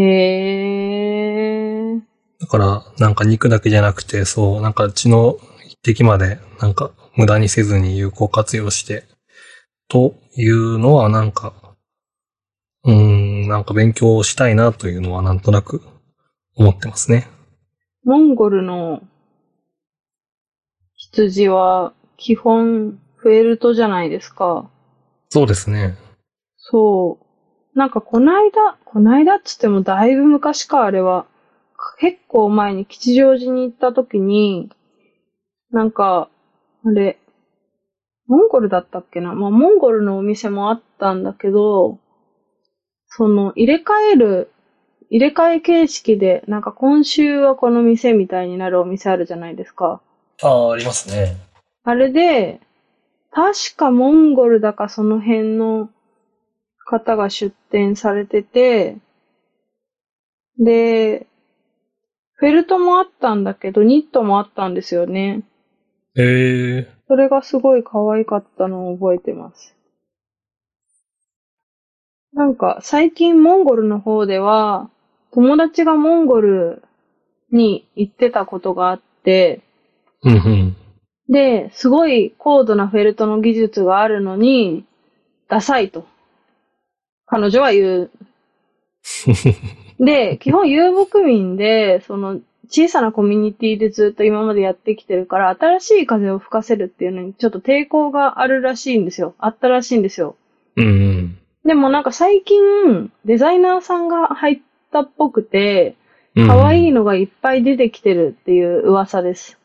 Speaker 1: え。
Speaker 2: だから、なんか肉だけじゃなくて、そう、なんか血の一滴まで、なんか無駄にせずに有効活用して、というのはなんか、うーん、なんか勉強したいなというのはなんとなく思ってますね。
Speaker 1: モンゴルの羊は基本フェルトじゃないですか。
Speaker 2: そうですね。
Speaker 1: そう。なんかこないだ、こないだっつってもだいぶ昔か、あれは。結構前に吉祥寺に行った時に、なんか、あれ、モンゴルだったっけなまあ、モンゴルのお店もあったんだけど、その、入れ替える、入れ替え形式で、なんか今週はこの店みたいになるお店あるじゃないですか。
Speaker 2: ああ、ありますね。
Speaker 1: あれで、確かモンゴルだかその辺の方が出店されてて、で、フェルトもあったんだけど、ニットもあったんですよね。
Speaker 2: へえ。
Speaker 1: それがすごい可愛かったのを覚えてます。なんか最近モンゴルの方では、友達がモンゴルに行ってたことがあって、
Speaker 2: うんうん。
Speaker 1: で、すごい高度なフェルトの技術があるのに、ダサいと。彼女は言う。で、基本遊牧民で、その、小さなコミュニティでずっと今までやってきてるから、新しい風を吹かせるっていうのにちょっと抵抗があるらしいんですよ。あったらしいんですよ。
Speaker 2: うんうん。
Speaker 1: でもなんか最近、デザイナーさんが入ったっぽくて、
Speaker 2: うん
Speaker 1: 可愛いのがいっぱい出てきてるっていう噂です。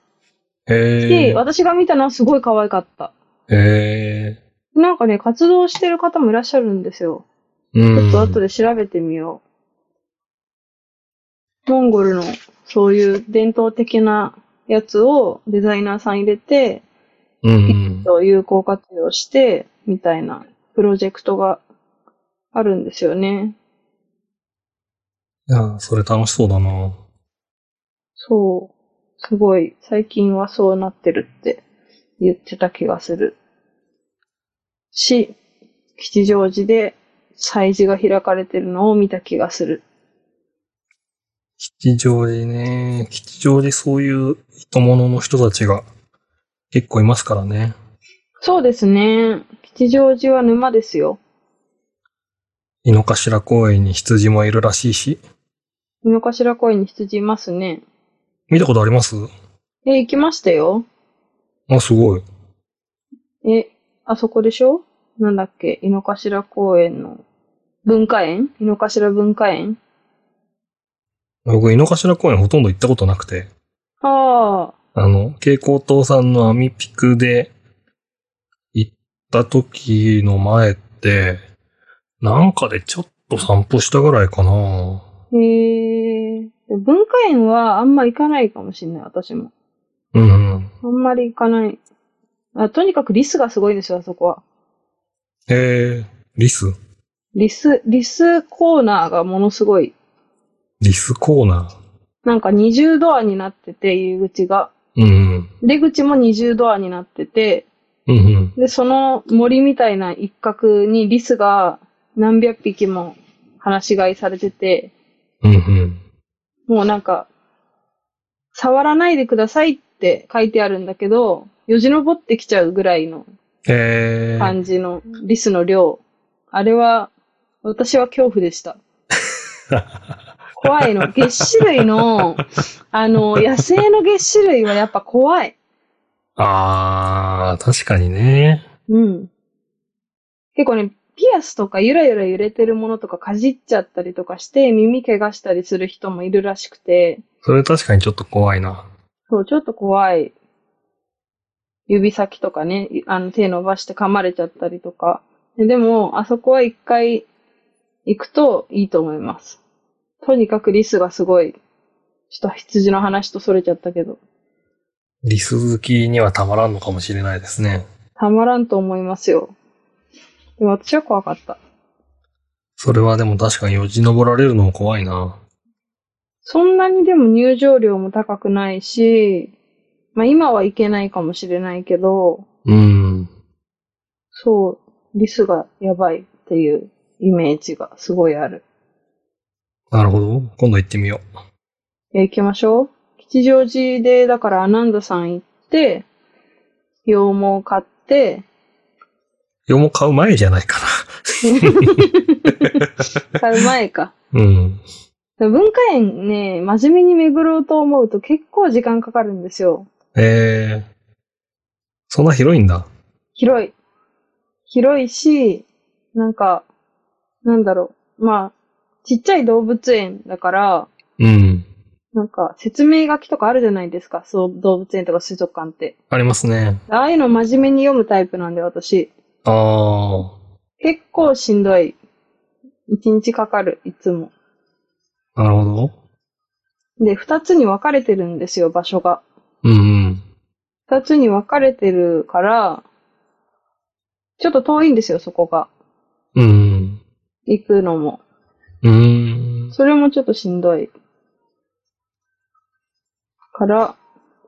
Speaker 2: へ
Speaker 1: で、
Speaker 2: え。
Speaker 1: 私が見たのはすごい可愛かった。
Speaker 2: へえ。
Speaker 1: なんかね、活動してる方もいらっしゃるんですよ。
Speaker 2: う
Speaker 1: ち
Speaker 2: ん。
Speaker 1: ょっと後で調べてみよう。モンゴルのそういう伝統的なやつをデザイナーさん入れて、
Speaker 2: うんうん。
Speaker 1: 有効活用して、みたいなプロジェクトがあるんですよね。
Speaker 2: いや、それ楽しそうだな。
Speaker 1: そう。すごい、最近はそうなってるって言ってた気がする。し、吉祥寺で祭事が開かれてるのを見た気がする。
Speaker 2: 吉祥寺ね。吉祥寺そういう人物の人たちが結構いますからね。
Speaker 1: そうですね。吉祥寺は沼ですよ。
Speaker 2: 井の頭公園に羊もいるらしいし。
Speaker 1: 井の頭公園に羊いますね。
Speaker 2: 見たことあります
Speaker 1: え、行きましたよ。
Speaker 2: あ、すごい。
Speaker 1: え、あそこでしょなんだっけ井の頭公園の文化園井の頭文化園
Speaker 2: 僕、井の頭公園ほとんど行ったことなくて。
Speaker 1: ああ、
Speaker 2: あの、蛍光灯さんのアミピクで行った時の前って、なんかでちょっと散歩したぐらいかな。
Speaker 1: へえ。文化園はあんま行かないかもしんない、私も。
Speaker 2: うんうん。
Speaker 1: あんまり行かない。あとにかくリスがすごいんですよ、あそこは。
Speaker 2: えー、リス
Speaker 1: リス、リスコーナーがものすごい。
Speaker 2: リスコーナ
Speaker 1: なんか二重ドアになってて、入り口が。
Speaker 2: ー。うん
Speaker 1: 出口も二重ドアになってて、
Speaker 2: うん。うんうん。
Speaker 1: で、その森みたいな一角にリスが何百匹も放し飼いされてて、
Speaker 2: うんうん。
Speaker 1: もうなんか、触らないでくださいって書いてあるんだけど、よじ登ってきちゃうぐらいの
Speaker 2: えー、
Speaker 1: 感じのリスの量。あれは、私は恐怖でした。怖いの。月種類の、あの、野生の月種類はやっぱ怖い。
Speaker 2: あー、確かにね。
Speaker 1: うん。結構ね、ピアスとかゆらゆら揺れてるものとかかじっちゃったりとかして耳怪我したりする人もいるらしくて、
Speaker 2: それ確かにちょっと怖いな。
Speaker 1: そう、ちょっと怖い。指先とかね、あの手伸ばして噛まれちゃったりとか。ででも、あそこは一回行くといいと思います。とにかくリスがすごい。ちょっと羊の話とそれちゃったけど、
Speaker 2: リス好きにはたまらんのかもしれないですね。
Speaker 1: たまらんと思いますよ。でも私は怖かった。
Speaker 2: それはでも確かによじ登られるのも怖いな。
Speaker 1: そんなにでも入場料も高くないし、まあ今はいけないかもしれないけど、
Speaker 2: うん。
Speaker 1: そう、リスがやばいっていうイメージがすごいある。
Speaker 2: なるほど。今度行ってみよう。
Speaker 1: え、行きましょう。吉祥寺で、だからアナンダさん行って、羊毛買って、
Speaker 2: 羊毛買う前じゃないか
Speaker 1: 買う前か。
Speaker 2: な。 うん。
Speaker 1: 文化園ね、真面目に巡ろうと思うと結構時間かかるんですよ。
Speaker 2: えー。そんな広いんだ。
Speaker 1: 広い。広いし、なんか、なんだろう。まあ、ちっちゃい動物園だから、
Speaker 2: うん。
Speaker 1: なんか、説明書きとかあるじゃないですか、そう、動物園とか水族館って。
Speaker 2: ありますね。
Speaker 1: ああいうの真面目に読むタイプなんで、私。
Speaker 2: ああ、
Speaker 1: 結構しんどい。一日かかる、いつも。
Speaker 2: なるほど。
Speaker 1: で、二つに分かれてるんですよ、場所が。
Speaker 2: うんうん。
Speaker 1: 二つに分かれてるから、ちょっと遠いんですよ、そこが。
Speaker 2: うん
Speaker 1: 行くのも。
Speaker 2: うん。うん。
Speaker 1: それもちょっとしんどい。から、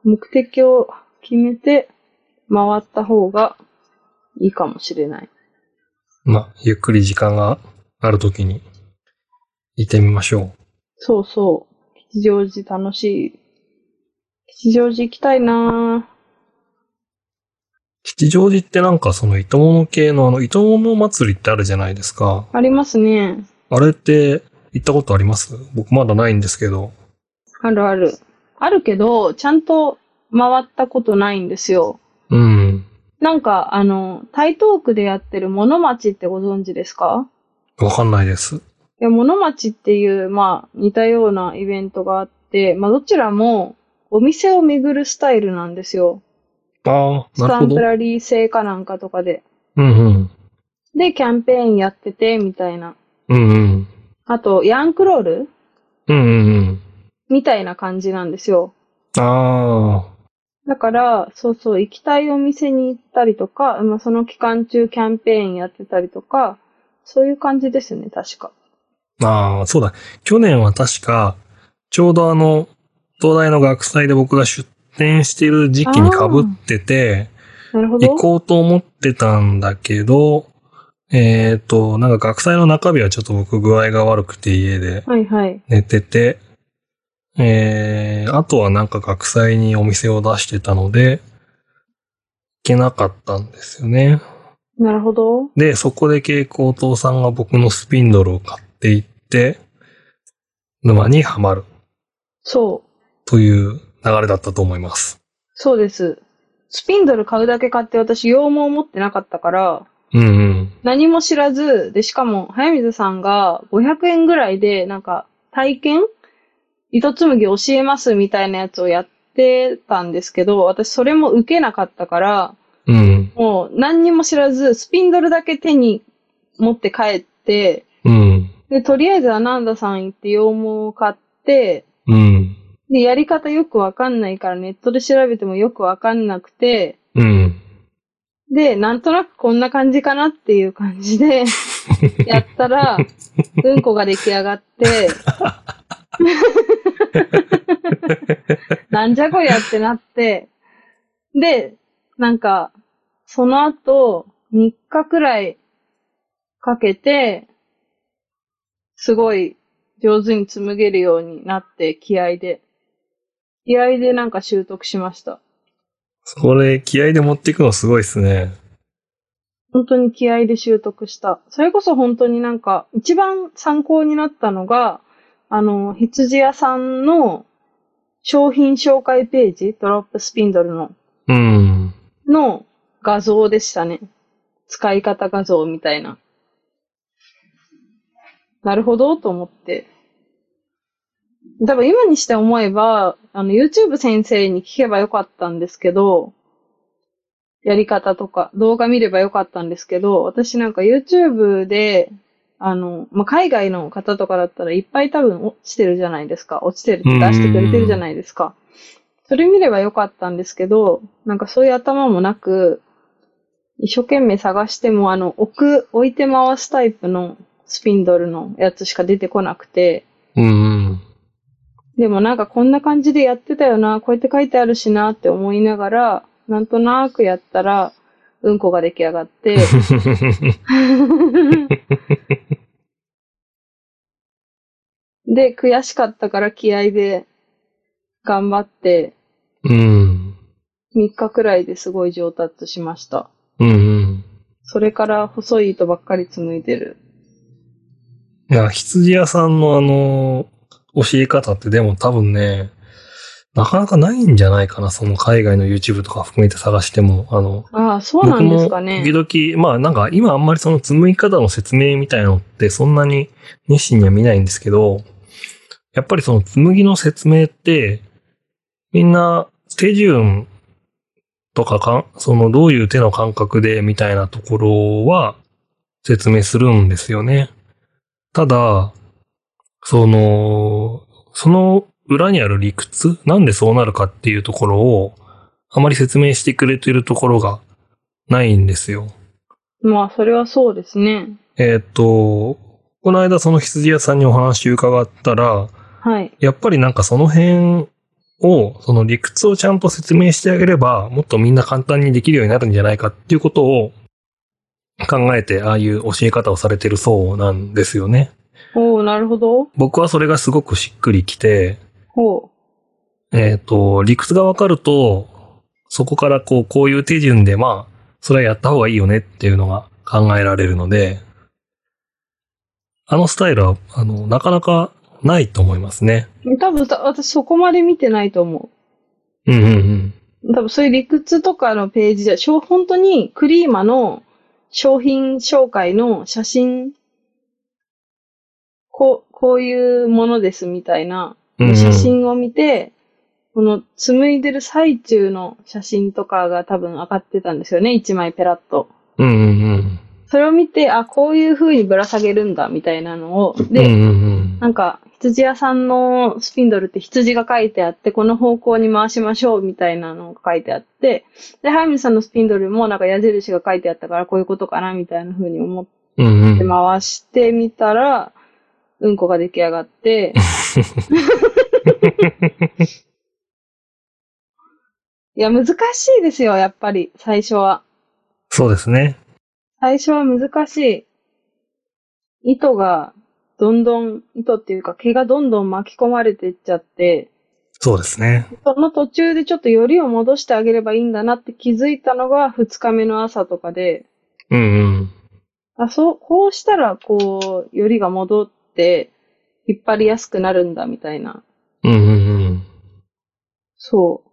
Speaker 1: 目的を決めて回った方がいいかもしれない。
Speaker 2: まあ、ゆっくり時間があるときに、行ってみましょ
Speaker 1: そうそう。吉祥寺楽しい。吉祥寺行きたいなぁ。
Speaker 2: う。吉祥寺ってなんかその糸物系のあの糸物祭りってあるじゃないですか。
Speaker 1: ありますね。
Speaker 2: あれって行ったことあります僕まだないんですけど。
Speaker 1: あるある。あるけど、ちゃんと回ったことないんですよ。
Speaker 2: うん。
Speaker 1: なんか、あの、台東区でやってる物町ってご存知ですか
Speaker 2: わかんないです。
Speaker 1: いや、物町っていう、まあ、似たようなイベントがあって、まあ、どちらも、お店を巡るスタイルなんですよ。
Speaker 2: ああ、
Speaker 1: ス
Speaker 2: な
Speaker 1: タ
Speaker 2: るほ
Speaker 1: ン
Speaker 2: ど
Speaker 1: プ。ラリー製かなんかとかで。
Speaker 2: うんうん。
Speaker 1: で、キャンペーンやってて、みたいな。
Speaker 2: うんうん。
Speaker 1: あと、ヤンクロール
Speaker 2: うんうん
Speaker 1: みたいな感じなんですよ。
Speaker 2: うん。あ
Speaker 1: だから、そうそう、行きたいお店に行ったりとか、まあ、その期間中キャンペーンやってたりとか、そういう感じですね、確か。
Speaker 2: あ、ああ、そうだ。去年は確か、ちょうどあの、東大の学祭で僕が出展してる時期に被ってて、
Speaker 1: なるほど
Speaker 2: 行。こうと思ってたんだけど、えっ、と、なんか学祭の中日はちょっと僕具合が悪くて家で
Speaker 1: はいはい。
Speaker 2: 寝てて、えー、あとはなんか学祭にお店を出してたので、行けなかったんですよね。
Speaker 1: なるほど。
Speaker 2: で、そこで蛍光灯さんが僕のスピンドルを買っていって、沼にはまる
Speaker 1: そう。
Speaker 2: という流れだったと思います。
Speaker 1: そうです。スピンドル買うだけ買って私羊毛持ってなかったから、
Speaker 2: うんうん。
Speaker 1: 何も知らず、で、しかも、早水さんが500円ぐらいで、なんか、体験糸紡ぎ教えますみたいなやつをやってたんですけど、私それも受けなかったから、
Speaker 2: うん。
Speaker 1: もう何にも知らず、スピンドルだけ手に持って帰って、
Speaker 2: うん。
Speaker 1: で、とりあえずアナンダさん行って羊毛を買って、
Speaker 2: うん。
Speaker 1: で、やり方よくわかんないからネットで調べてもよくわかんなくて、
Speaker 2: うん。
Speaker 1: で、なんとなくこんな感じかなっていう感じで、やったら、うんこが出来上がって、なんじゃこりゃってなって、で、なんか、その後、3日くらいかけて、すごい上手に紡げるようになって、気合で。気合でなんか習得しました。
Speaker 2: それ、気合で持っていくのすごいっすね。
Speaker 1: 本当に気合で習得した。それこそ本当になんか、一番参考になったのが、あの、羊屋さんの商品紹介ページ、ドロップスピンドルの、
Speaker 2: うん。
Speaker 1: の画像でしたね。使い方画像みたいな。なるほど、と思って。多分今にして思えば、あの、YouTube 先生に聞けばよかったんですけど、やり方とか、動画見ればよかったんですけど、私なんか YouTube で、あの、まあ、海外の方とかだったらいっぱい多分落ちてるじゃないですか。落ちてるって出してくれてるじゃないですか。それ見ればよかったんですけど、なんかそういう頭もなく、一生懸命探しても、あの、置く、置いて回すタイプのスピンドルのやつしか出てこなくて、
Speaker 2: うん。
Speaker 1: でもなんかこんな感じでやってたよな、こうやって書いてあるしなって思いながら、なんとなくやったら、うんこが出来上が って、で、悔しかったから気合で頑張って、
Speaker 2: うん。
Speaker 1: 3日くらいですごい上達しました。
Speaker 2: うんうん。
Speaker 1: それから細い糸ばっかり紡いでる。
Speaker 2: いや、羊屋さんのあの、教え方ってでも多分ね、なかなかないんじゃないかな。その海外の YouTube とか含めて探しても、あの、
Speaker 1: ああ、そうなんですかね。
Speaker 2: 僕も時々、まあなんか今あんまりその紡ぎ方の説明みたいなのってそんなに熱心には見ないんですけど、やっぱりその紬の説明って、みんな手順とかかん、そのどういう手の感覚でみたいなところは説明するんですよね。ただ、その、その裏にある理屈、なんでそうなるかっていうところを、あまり説明してくれてるところがないんですよ。
Speaker 1: まあ、それはそうですね。
Speaker 2: えーっと、この間その羊屋さんにお話伺ったら、
Speaker 1: はい。
Speaker 2: やっぱりなんかその辺を、その理屈をちゃんと説明してあげれば、もっとみんな簡単にできるようになるんじゃないかっていうことを考えて、ああいう教え方をされてるそうなんですよね。
Speaker 1: おおなるほど。
Speaker 2: 僕はそれがすごくしっくりきて、
Speaker 1: ほ
Speaker 2: えーっと、理屈がわかると、そこからこう、こういう手順で、まあ、それはやった方がいいよねっていうのが考えられるので、あのスタイルは、あの、なかなかないと思いますね。
Speaker 1: う。多分た、私そこまで見てないと思
Speaker 2: うんうんうん。
Speaker 1: う。多分そういう理屈とかのページじゃ、しょ本当にクリーマの商品紹介の写真、こう、こういうものですみたいな
Speaker 2: うんうん
Speaker 1: 写真を見て、この紡いでる最中の写真とかが多分上がってたんですよね、一枚ペラッと。
Speaker 2: うんうんうん。
Speaker 1: それを見て、あ、こういう風にぶら下げるんだ、みたいなのを。で、
Speaker 2: うんうん
Speaker 1: なんか、羊屋さんのスピンドルって羊が書いてあって、この方向に回しましょうみたいなのが書いてあって、で、早見さんのスピンドルもなんか矢印が書いてあったから、こういうことかなみたいな風に思っ
Speaker 2: うん。うん
Speaker 1: て
Speaker 2: うん。
Speaker 1: 回してみたら、うんこが出来上がって、いや、難しいですよ、やっぱり、最初は。
Speaker 2: そうですね。
Speaker 1: 最初は難しい。糸が、どんどん、糸っていうか毛がどんどん巻き込まれていっちゃって、
Speaker 2: そうですね。
Speaker 1: その途中でちょっとよりを戻してあげればいいんだなって気づいたのが2日目の朝とかで、
Speaker 2: うんうん。
Speaker 1: あ、そう、こうしたらこう、よりが戻って、引っ張りやすくなるんだみたいな。
Speaker 2: うんうんうん。
Speaker 1: そう。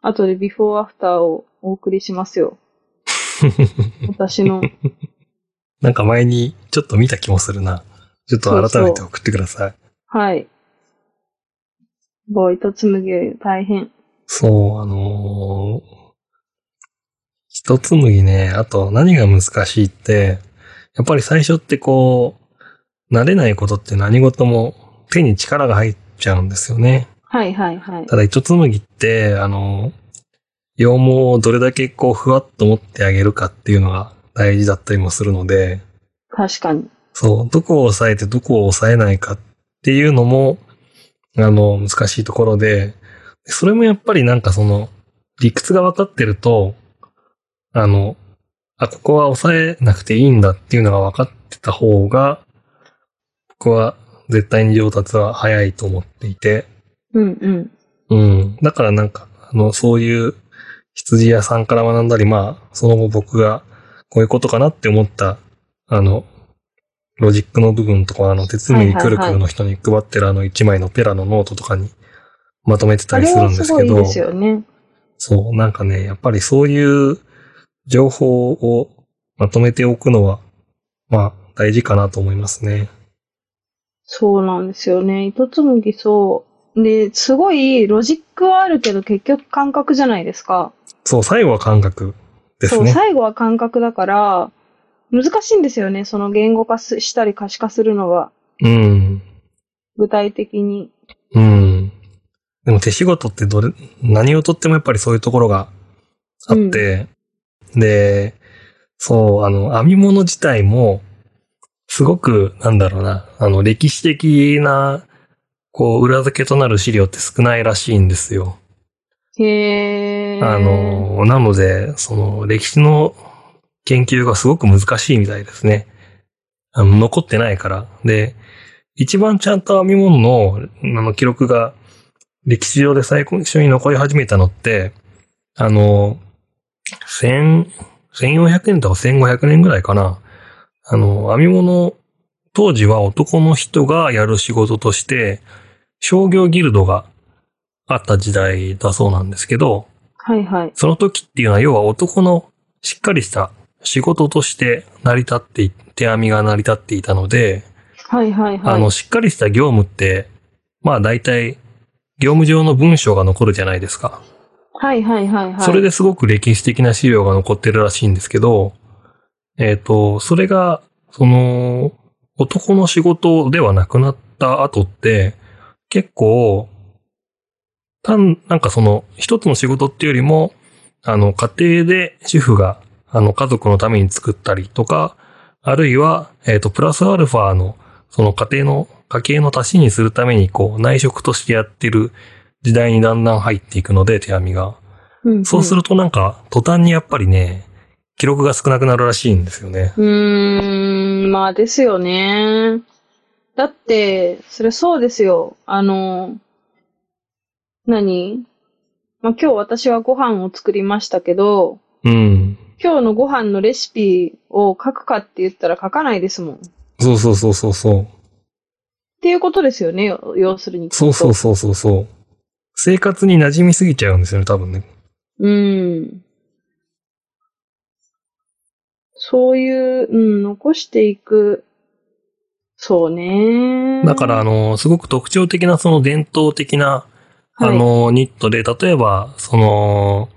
Speaker 1: 後でビフォーアフターをお送りしますよ。私の。
Speaker 2: なんか前にちょっと見た気もするな。ちょっと改めて送ってください。
Speaker 1: はい。ボーイと紡ぎ大変。
Speaker 2: そうあのー、一紡ぎね、あと何が難しいって、やっぱり最初ってこう、慣れないことって何事も手に力が入っちゃうんですよね。
Speaker 1: はいはいはい。
Speaker 2: ただ一紡ぎって、あの、羊毛をどれだけこうふわっと持ってあげるかっていうのが大事だったりもするので、
Speaker 1: 確かに。
Speaker 2: そう、どこを抑えてどこを抑えないかっていうのも、あの、難しいところで、それもやっぱりなんかその、理屈が分かってると、あの、あ、ここは抑えなくていいんだっていうのが分かってた方が、僕は絶対に上達は早いと思っていて、
Speaker 1: うんうん。
Speaker 2: うん。だからなんか、あの、そういう羊屋さんから学んだり、まあ、その後僕がこういうことかなって思った、あの、ロジックの部分とか、あの、手紡ぎくるくるの人に配ってるあの一枚のペラのノートとかにまとめてた
Speaker 1: あ
Speaker 2: り
Speaker 1: れ
Speaker 2: する
Speaker 1: は
Speaker 2: んですす
Speaker 1: ご
Speaker 2: け
Speaker 1: いいい
Speaker 2: ど、
Speaker 1: ですよね。
Speaker 2: そう、なんかね、やっぱりそういう情報をまとめておくのは、まあ、大事かなと思いますね。
Speaker 1: そうなんですよね。糸紡ぎそう。で、すごいロジックはあるけど結局感覚じゃないですか。
Speaker 2: そう、最後は感覚です
Speaker 1: そう、
Speaker 2: ね。
Speaker 1: 最後は感覚だから、難しいんですよね。その言語化すしたり可視化するのが、
Speaker 2: うん。
Speaker 1: 具体的に。
Speaker 2: うん。でも手仕事ってどれ、何をとってもやっぱりそういうところがあって、で、そう、あの、編み物自体も、すごく、なんだろうな、あの、歴史的な、こう、裏付けとなる資料って少ないらしいんですよ。
Speaker 1: へー。
Speaker 2: あ、の、なので、その、歴史の研究がすごく難しいみたいですね。あの、残ってないから。で、一番ちゃんと編み物の、あの、記録が、歴史上で最初に残り始めたのって、あの、千、1400年とか1500年ぐらいかな。あの、編み物、当時は男の人がやる仕事として、商業ギルドがあった時代だそうなんですけど、
Speaker 1: はいはい。
Speaker 2: その時っていうのは要は男のしっかりした仕事として成り立ってい、手編みが成り立っていたので、
Speaker 1: はいはいはい。
Speaker 2: あの、しっかりした業務ってまあ大体、業務上の文章が残るじゃないですか。
Speaker 1: はいはいはいはい。
Speaker 2: それですごく歴史的な資料が残ってるらしいんですけど、えっ、と、それが、その、男の仕事ではなくなった後って、結構、単、なんかその、一つの仕事っていうよりも、あの、家庭で主婦が、あの、家族のために作ったりとか、あるいは、えっ、と、プラスアルファの、その家庭の、家計の足しにするために、こう、内職としてやってる時代にだんだん入っていくので、手紙が。
Speaker 1: うんん
Speaker 2: そうするとなんか、途端にやっぱりね、記録が少なくなるらしいんですよね。
Speaker 1: うーん、まあですよね。だって、それそうですよ。あの、何まあ今日私はご飯を作りましたけど、
Speaker 2: うん。
Speaker 1: 今日のご飯のレシピを書くかって言ったら書かないですもん。っ
Speaker 2: そうそうそうそうそう。
Speaker 1: ていうことですよね、要要するに。
Speaker 2: そうそう
Speaker 1: う。
Speaker 2: そうそうそう。生活に馴染みすぎちゃうんですよね、多分ね。
Speaker 1: うん。そういう、うん、残していく。そうね。
Speaker 2: だから、あの、すごく特徴的なその伝統的な、あ
Speaker 1: はい、
Speaker 2: の、ニットで、例えば、その、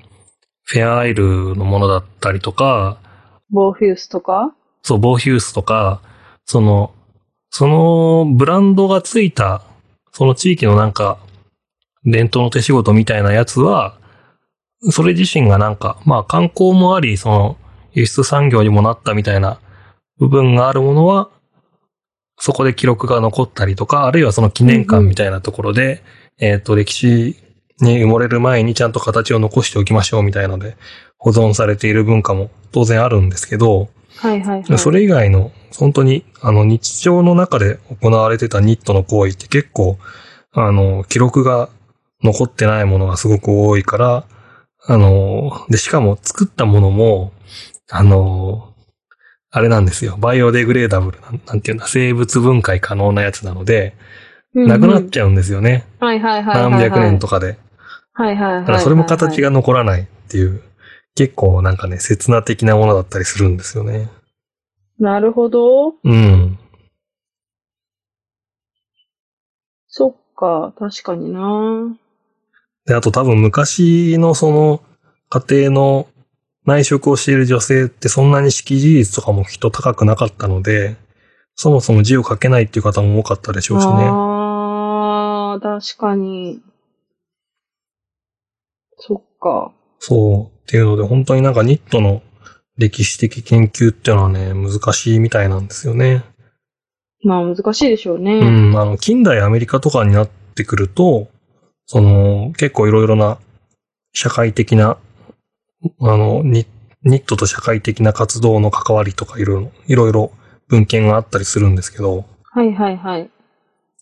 Speaker 2: フェアアイルのものだったりとか、
Speaker 1: ボーフュースとか
Speaker 2: そう、ボーヒュースとか、その、そのブランドがついた、その地域のなんか、伝統の手仕事みたいなやつは、それ自身がなんか、まあ観光もあり、その、輸出産業にもなったみたいな部分があるものは、そこで記録が残ったりとか、あるいはその記念館みたいなところで、えっ、と、歴史に埋もれる前にちゃんと形を残しておきましょうみたいので、保存されている文化も当然あるんですけど、
Speaker 1: はいはいはい。
Speaker 2: それ以外の、本当に、あの、日常の中で行われてたニットの行為って結構、あの、記録が残ってないものがすごく多いから、あの、で、しかも作ったものも、あの、あれなんですよ。バイオデグレーダブルなん、なんていうんだ、生物分解可能なやつなので、
Speaker 1: うんうん
Speaker 2: なくなっちゃうんですよね。
Speaker 1: はいはいはいはい、はい。
Speaker 2: 何百年とかで。
Speaker 1: はいはいはいはい。
Speaker 2: だからそれも形が残らないっていう、結構なんかね、刹那的なものだったりするんですよね。
Speaker 1: なるほど。
Speaker 2: うん。
Speaker 1: そっか、確かにな。
Speaker 2: で、あと多分昔のその家庭の内職をしている女性ってそんなに識字率とかもきっと高くなかったので、そもそも字を書けないっていう方も多かったでしょうしね。
Speaker 1: ああ、確かに。そっか。
Speaker 2: そう。っていうので本当になんかニットの歴史的研究っていうのはね、難しいみたいなんですよね。
Speaker 1: まあ難しいでしょうね。
Speaker 2: うん、あの、近代アメリカとかになってくると、その、結構いろいろな社会的な、あの、ニニットと社会的な活動の関わりとかいろいろ、いろいろ文献があったりするんですけど、
Speaker 1: はいはいはい。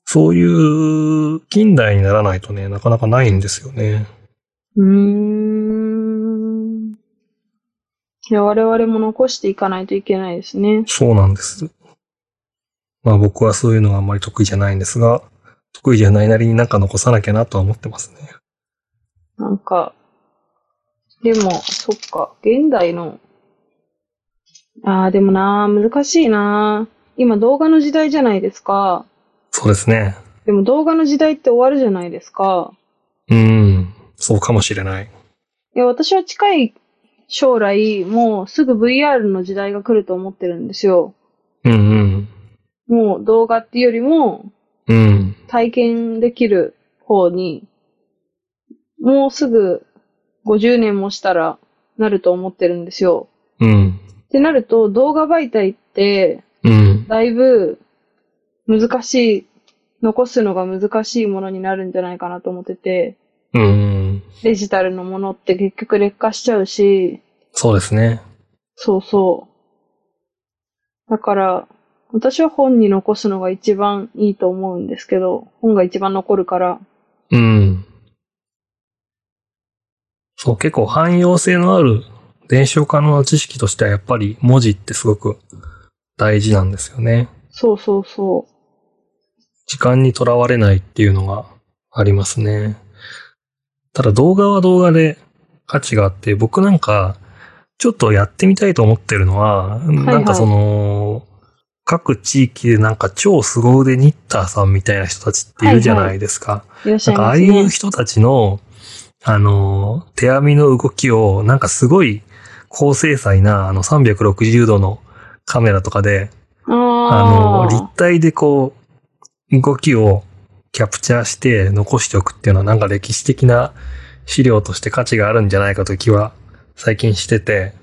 Speaker 2: そういう近代にならないとね、なかなかないんですよね。
Speaker 1: うーん。いや、我々も残していかないといけないですね。
Speaker 2: そうなんです。まあ僕はそういうのがあんまり得意じゃないんですが、得意じゃないなりになんか残さなきゃなとは思ってますね。
Speaker 1: なんか、でも、そっか、現代の、ああ、でもなー、難しいなー。今動画の時代じゃないですか。
Speaker 2: そうですね。
Speaker 1: でも動画の時代って終わるじゃないですか。
Speaker 2: うん。そうかもしれない。
Speaker 1: いや、私は近い将来、もうすぐ VR の時代が来ると思ってるんですよ。
Speaker 2: うんうん。
Speaker 1: もう動画っていうよりも、
Speaker 2: うん。
Speaker 1: 体験できる方に、もうすぐ50年もしたらなると思ってるんですよ。
Speaker 2: うん。
Speaker 1: ってなると、動画媒体って、
Speaker 2: うん。
Speaker 1: だいぶ難しい、残すのが難しいものになるんじゃないかなと思ってて、
Speaker 2: うん。
Speaker 1: デジタルのものって結局劣化しちゃうし、
Speaker 2: そうですね。
Speaker 1: そうそう。だから、私は本に残すのが一番いいと思うんですけど、本が一番残るから。
Speaker 2: うん。そう、結構汎用性のある伝承可能な知識としてはやっぱり文字ってすごく大事なんですよね。
Speaker 1: そうそうそ
Speaker 2: 時間にとらわれないっていうのがありますね。ただ動画は動画で価値があって、僕なんかちょっとやってみたいと思ってるのは、なんかその、各地域でなんか超凄腕ニッターさんみたいな人たちっているじゃないですか。
Speaker 1: いらっしゃ
Speaker 2: なん
Speaker 1: い
Speaker 2: かあ
Speaker 1: ま
Speaker 2: あ
Speaker 1: す
Speaker 2: い
Speaker 1: ね
Speaker 2: う。人たちの、あのー、手編みの動きを、なんかすごい高精細な、あの360度のカメラとかで、あの
Speaker 1: あ
Speaker 2: ー、立体でこう、動きをキャプチャーして残しておくっていうのはなんか歴史的な資料として価値があるんじゃないかという気は最近してて、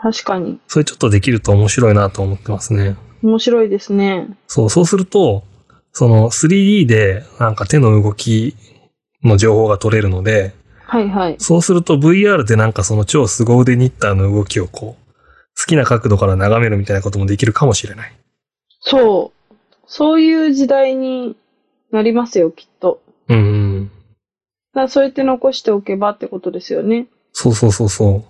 Speaker 1: あ、確かに。
Speaker 2: それちょっとできると面白いなと思ってますね。
Speaker 1: 面白いですね。
Speaker 2: そう、そうすると、その 3D でなんか手の動きの情報が取れるので、
Speaker 1: はいはい。
Speaker 2: そうすると VR でなんかその超凄腕ニッターの動きをこう、好きな角度から眺めるみたいなこともできるかもしれない。
Speaker 1: そう。そういう時代になりますよ、きっと。
Speaker 2: うんうん。
Speaker 1: だからそうやって残しておけばってことですよね。
Speaker 2: そうそうそうそ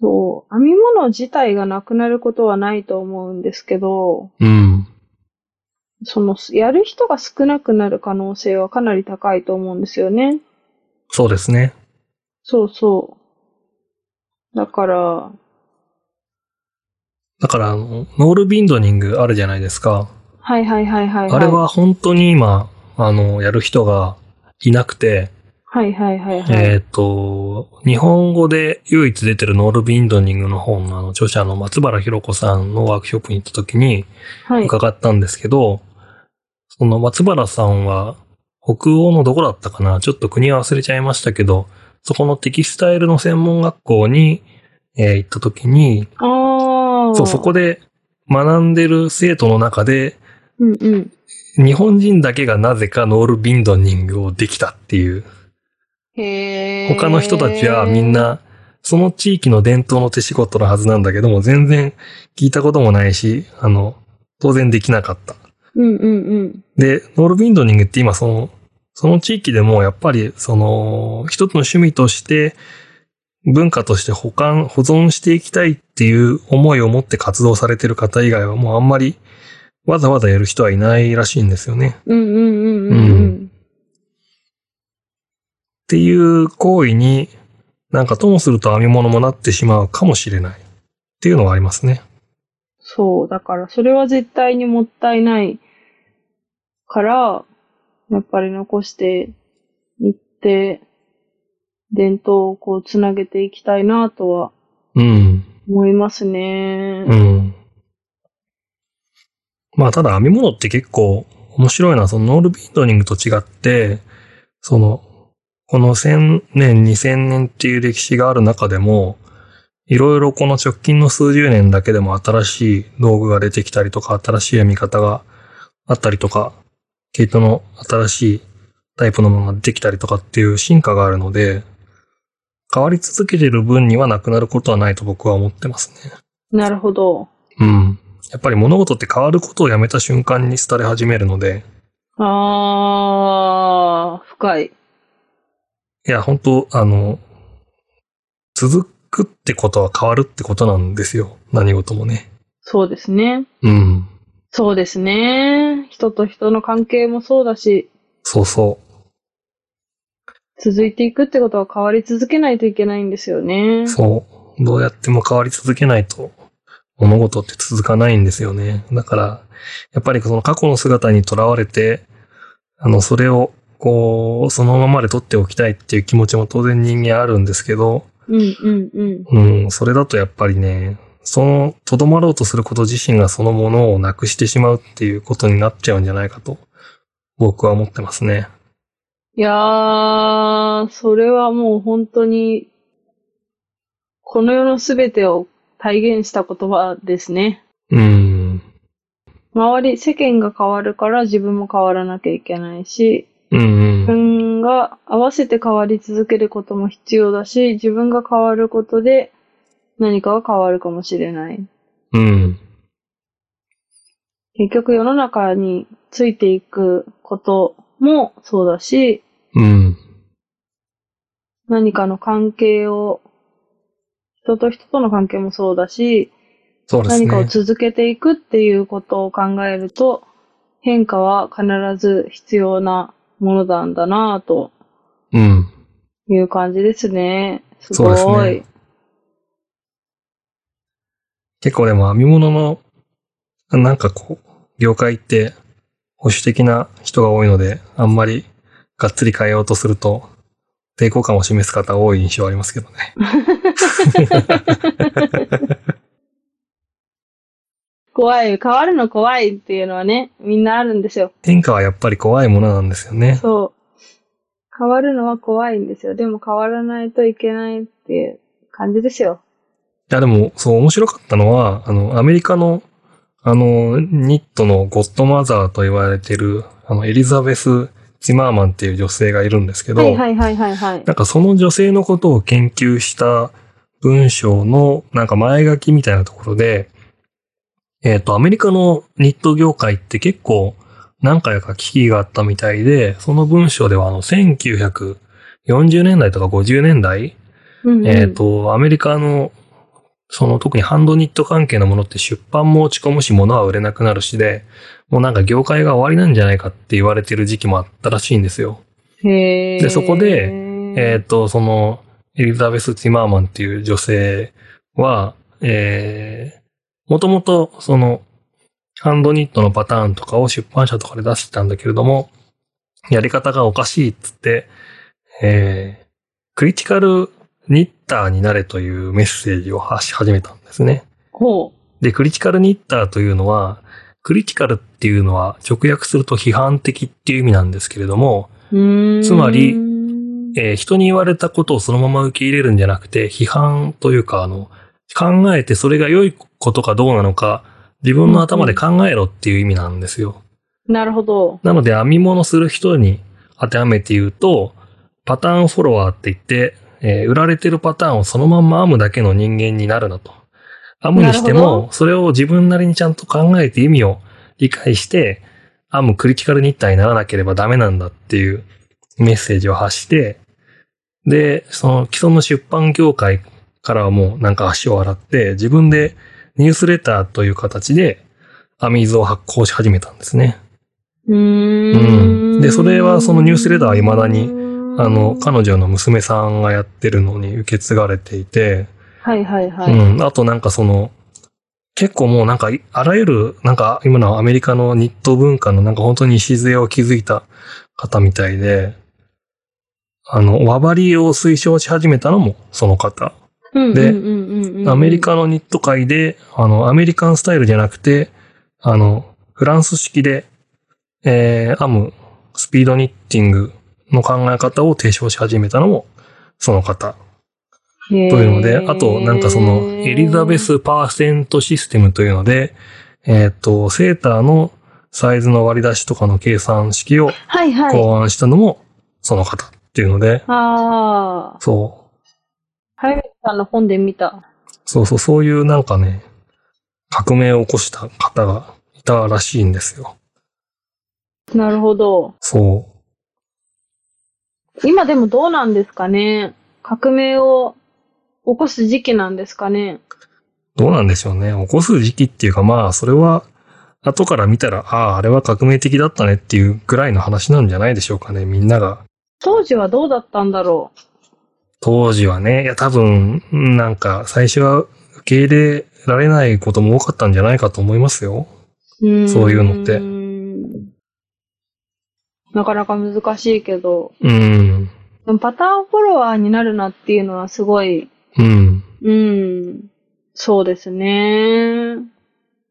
Speaker 1: そう。編み物自体がなくなることはないと思うんですけど、
Speaker 2: う。うん。
Speaker 1: その、やる人が少なくなる可能性はかなり高いと思うんですよね。
Speaker 2: そうですね。
Speaker 1: そうそう。だから、
Speaker 2: だから、あの、ノールビンドニングあるじゃないですか。
Speaker 1: はいはいはいはい、い。
Speaker 2: あれは本当に今、あの、やる人がいなくて、
Speaker 1: はいはいはいはい。
Speaker 2: えっ、と、日本語で唯一出てるノールビンドニングの本のあの著者の松原弘子さんのワークショップに行った時に、
Speaker 1: はい。
Speaker 2: 伺ったんですけど、その松原さんは北欧のどこだったかなちょっと国は忘れちゃいましたけど、そこのテキスタイルの専門学校に、えー行った時に、
Speaker 1: ああ。
Speaker 2: そう、そこで学んでる生徒の中で、
Speaker 1: うんうん。
Speaker 2: 日本人だけがなぜかノールビンドニングをできたっていう、
Speaker 1: へえ。
Speaker 2: 他の人たちはみん、な、その地域の伝統の手仕事のはずなんだけども、全然聞いたこともないし、あの、当然できなかった。
Speaker 1: うんうんうん。
Speaker 2: で、ノールビンドニングって今その、その地域でもやっぱりその、一つの趣味として、文化として保管、保存していきたいっていう思いを持って活動されてる方以外はもうあんまりわざわざやる人はいないらしいんですよね。っ
Speaker 1: うんうんうんうんう。
Speaker 2: うんていう行為に、なんかともすると編み物もなってしまうかもしれないっていうのはありますね。
Speaker 1: そう、だからそれは絶対にもったいないから、やっぱり残していって、伝統をこうつなげていきたいなとは
Speaker 2: うん。
Speaker 1: 思いますね。
Speaker 2: うん。まあ、ただ編み物って結構面白いのは、そのノールビンドニングと違って、その、この1000年、2000年っていう歴史がある中でも、いろいろこの直近の数十年だけでも新しい道具が出てきたりとか、新しい編み方があったりとか、毛糸の新しいタイプのものが出てきたりとかっていう進化があるので、変わり続けてる分にはなくなることはないと僕は思ってますね。
Speaker 1: なるほど。
Speaker 2: うん。やっぱり物事って変わることをやめた瞬間に廃れ始めるので、
Speaker 1: あー、深い。
Speaker 2: いや、本当あの、続くってことは変わるってことなんですよ。何事もね。
Speaker 1: そうですね。
Speaker 2: うん。
Speaker 1: そうですね。人と人の関係もそうだし、
Speaker 2: そうそ
Speaker 1: 続いていくってことは変わり続けないといけないんですよね
Speaker 2: う。。そう。どうやっても変わり続けないと、物事って続かないんですよね。だから、やっぱりその過去の姿にとらわれて、あの、それを、こう、そのままで取っておきたいっていう気持ちも当然人間あるんですけど、
Speaker 1: うんうんうん。
Speaker 2: うん、それだとやっぱりね、その、とどまろうとすること自身がそのものをなくしてしまうっていうことになっちゃうんじゃないかと、僕は思ってますね。
Speaker 1: いやー、それはもう本当に、この世のすべてを体現した言葉ですね。
Speaker 2: うん、
Speaker 1: 周り、世間が変わるから自分も変わらなきゃいけないし、
Speaker 2: うん、
Speaker 1: 自
Speaker 2: うん、
Speaker 1: 分が合わせて変わり続けることも必要だし、自分が変わることで何かが変わるかもしれない。
Speaker 2: うん、
Speaker 1: 結局世の中についていくこともそうだし、
Speaker 2: うん、
Speaker 1: 何かの関係を、人と人との関係もそうだし、
Speaker 2: そうです
Speaker 1: 何かを
Speaker 2: ね。
Speaker 1: 続けていくっていうことを考えると、変化は必ず必要なものなんだなぁと
Speaker 2: うん、
Speaker 1: いう感じですね。す
Speaker 2: そう
Speaker 1: ごい。
Speaker 2: ですね結構でも編み物の、なんかこう、業界って保守的な人が多いので、あんまりがっつり変えようとすると、抵抗感を示す方多い印象ありますけどね。
Speaker 1: 怖い、変わるの怖いっていうのはね、みんなあるんですよ。
Speaker 2: 変化はやっぱり怖いものなんですよね。
Speaker 1: そう。変わるのは怖いんですよ。でも変わらないといけないっていう感じですよ。
Speaker 2: いや、でも、そう、面白かったのは、あの、アメリカの、あの、ニットのゴッドマザーと言われてる、あの、エリザベス・チマーマンっていう女性がいるんですけど、
Speaker 1: はいはいはいはいはい。
Speaker 2: なんかその女性のことを研究した文章のなんか前書きみたいなところで、えっ、と、アメリカのニット業界って結構何回か危機があったみたいで、その文章ではあの1940年代とか50年代、
Speaker 1: うんうん
Speaker 2: えっ、と、アメリカのその特にハンドニット関係のものって出版も落ち込むし物は売れなくなるしで、もうなんか業界が終わりなんじゃないかって言われてる時期もあったらしいんですよ。
Speaker 1: へー
Speaker 2: でそこで、えっ、と、その、エリザベス・ティマーマンっていう女性は、えー、もともと、その、ハンドニットのパターンとかを出版社とかで出してたんだけれども、やり方がおかしいっつって、えー、クリティカルニッターになれというメッセージを発し始めたんですね。
Speaker 1: ほ
Speaker 2: で、クリティカルニッターというのは、クリティカルっていうのは直訳すると批判的っていう意味なんですけれども、
Speaker 1: う。うーん
Speaker 2: つまり、えー人に言われたことをそのまま受け入れるんじゃなくて、批判というか、あの、考えてそれが良いことかどうなのか、自分の頭で考えろっていう意味なんですよ。
Speaker 1: なるほど。
Speaker 2: なので、編み物する人に当てはめて言うと、パターンフォロワーって言って、えー売られてるパターンをそのまんま編むだけの人間になるなと。編むにして
Speaker 1: なるほ
Speaker 2: も、それを自分なりにちゃんと考えて意味を理解して、編むクリティカルニッターにならなければダメなんだっていうメッセージを発して、で、その既存の出版業界からはもうなんか足を洗って、自分でニュースレターという形で編み図を発行し始めたんですね。
Speaker 1: うー。
Speaker 2: うんんでそれはそのニュースレターは未だに、あの、
Speaker 1: か
Speaker 2: 彼女の娘さんがやってるのに受け継がれていて、
Speaker 1: はいはいはい。
Speaker 2: うん。あとなんかその、結構もうなんかい、あらゆる、なんか今のアメリカのニット文化のなんか本当に礎を築いた方みたいで、あの、和張りを推奨し始めたのもその方。
Speaker 1: うん
Speaker 2: で
Speaker 1: うんうんうんうん
Speaker 2: アメリカのニット界で、あの、アメリカンスタイルじゃなくて、あの、フランス式で、えー、編むスピードニッティングの考え方を提唱し始めたのも、その方。
Speaker 1: とい
Speaker 2: というので、あと、なんかその、エリザベ。スパーセントシステムというので、えーっ、と、セーターのサイズの割り出しとかの計算式を
Speaker 1: はいはい。
Speaker 2: 考案したのも、その方っていうので、
Speaker 1: ああ。
Speaker 2: そう、
Speaker 1: 早見さんの本で見た。
Speaker 2: そうそう、そういうなんかね、革命を起こした方がいたらしいんですよ。
Speaker 1: なるほど。
Speaker 2: そ
Speaker 1: 今でもどうなんですかね革命を起こす時期なんですかね
Speaker 2: う。どうなんでしょうね。起こす時期っていうかまあ、それは、後から見たら、ああ、あれは革命的だったねっていうぐらいの話なんじゃないでしょうかね、みんなが。
Speaker 1: 当時はどうだったんだろ
Speaker 2: 当時はね、いや多分、うんなんか、最初は受け入れられないことも多かったんじゃないかと思いますよ。
Speaker 1: うーん
Speaker 2: そういうのって
Speaker 1: なかなか難しいけど。
Speaker 2: うん。
Speaker 1: でもパターンフォロワーになるなっていうのはすごい、
Speaker 2: うん。
Speaker 1: うん。そうですね。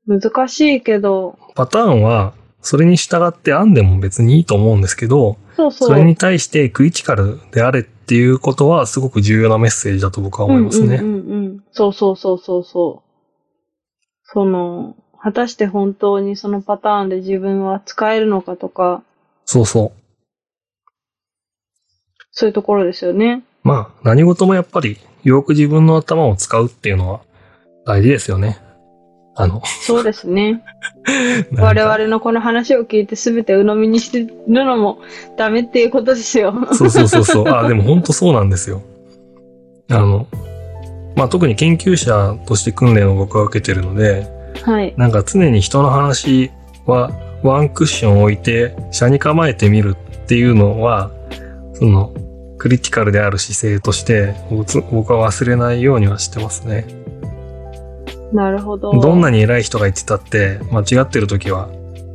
Speaker 1: 難しいけど。
Speaker 2: パターンは、それに従って編んでも別にいいと思うんですけど、
Speaker 1: そうそう。
Speaker 2: それに対してクリティカルであれっていうことはすごく重要なメッセージだと僕は思いますね。
Speaker 1: うんうんうんうん。そうそうそうそうそう。その、果たして本当にそのパターンで自分は使えるのかとか、
Speaker 2: そうそう。
Speaker 1: そういうところですよね。
Speaker 2: まあ、何事もやっぱり、よく自分の頭を使うっていうのは大事ですよね。あの、
Speaker 1: そうですね。
Speaker 2: なん
Speaker 1: 我
Speaker 2: か
Speaker 1: 々のこの話を聞いて全て鵜呑みにしてるのもダメっていうことですよ。
Speaker 2: そうそうそうそう。あ、でも本当そうなんですよ。あの、まあ特に研究者として訓練を僕は受けてるので、
Speaker 1: はい。
Speaker 2: なんか常に人の話はワンクッション置いて、車に構えてみるっていうのは、その、クリティカルである姿勢として、おつ僕は忘れないようにはしてますね。
Speaker 1: なるほど。
Speaker 2: どんなに偉い人が言ってたって間違ってる時は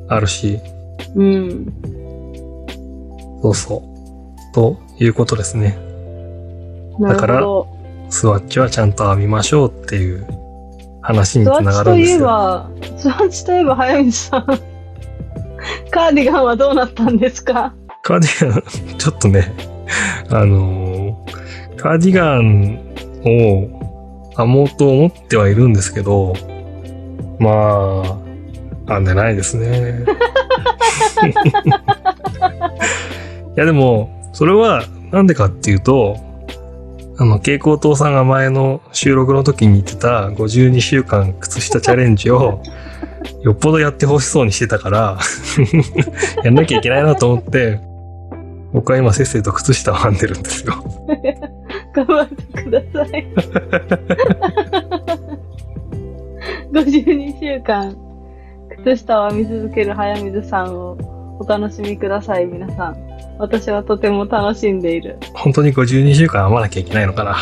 Speaker 2: あるし、
Speaker 1: うん。
Speaker 2: そうそう。ということですね。
Speaker 1: な
Speaker 2: だから
Speaker 1: るほど。
Speaker 2: スワッチはちゃんと編みましょうっていう話に
Speaker 1: ス
Speaker 2: つ
Speaker 1: ワ
Speaker 2: な
Speaker 1: ッ
Speaker 2: が
Speaker 1: チ
Speaker 2: る
Speaker 1: と
Speaker 2: んで
Speaker 1: いえ
Speaker 2: すよ。
Speaker 1: ば、スワッチといえば、早水さん。カーディガンはどうなったんですか
Speaker 2: カーディガン、ちょっとね、あのーカーディガンを編もうと思ってはいるんですけど、まあ、編んでないですね。いやでも、それはなんでかっていうと、あの、蛍光灯さんが前の収録の時に言ってた52週間靴下チャレンジを、よっぽどやってほしそうにしてたから、やんなきゃいけないなと思って、僕は今せっせと靴下を編んでるんですよ。
Speaker 1: 頑張ってください。52週間、靴下を編み続ける早水さんをお楽しみください、皆さん。私はとても楽しんでいる。
Speaker 2: 本当に52週間編まなきゃいけないのかな。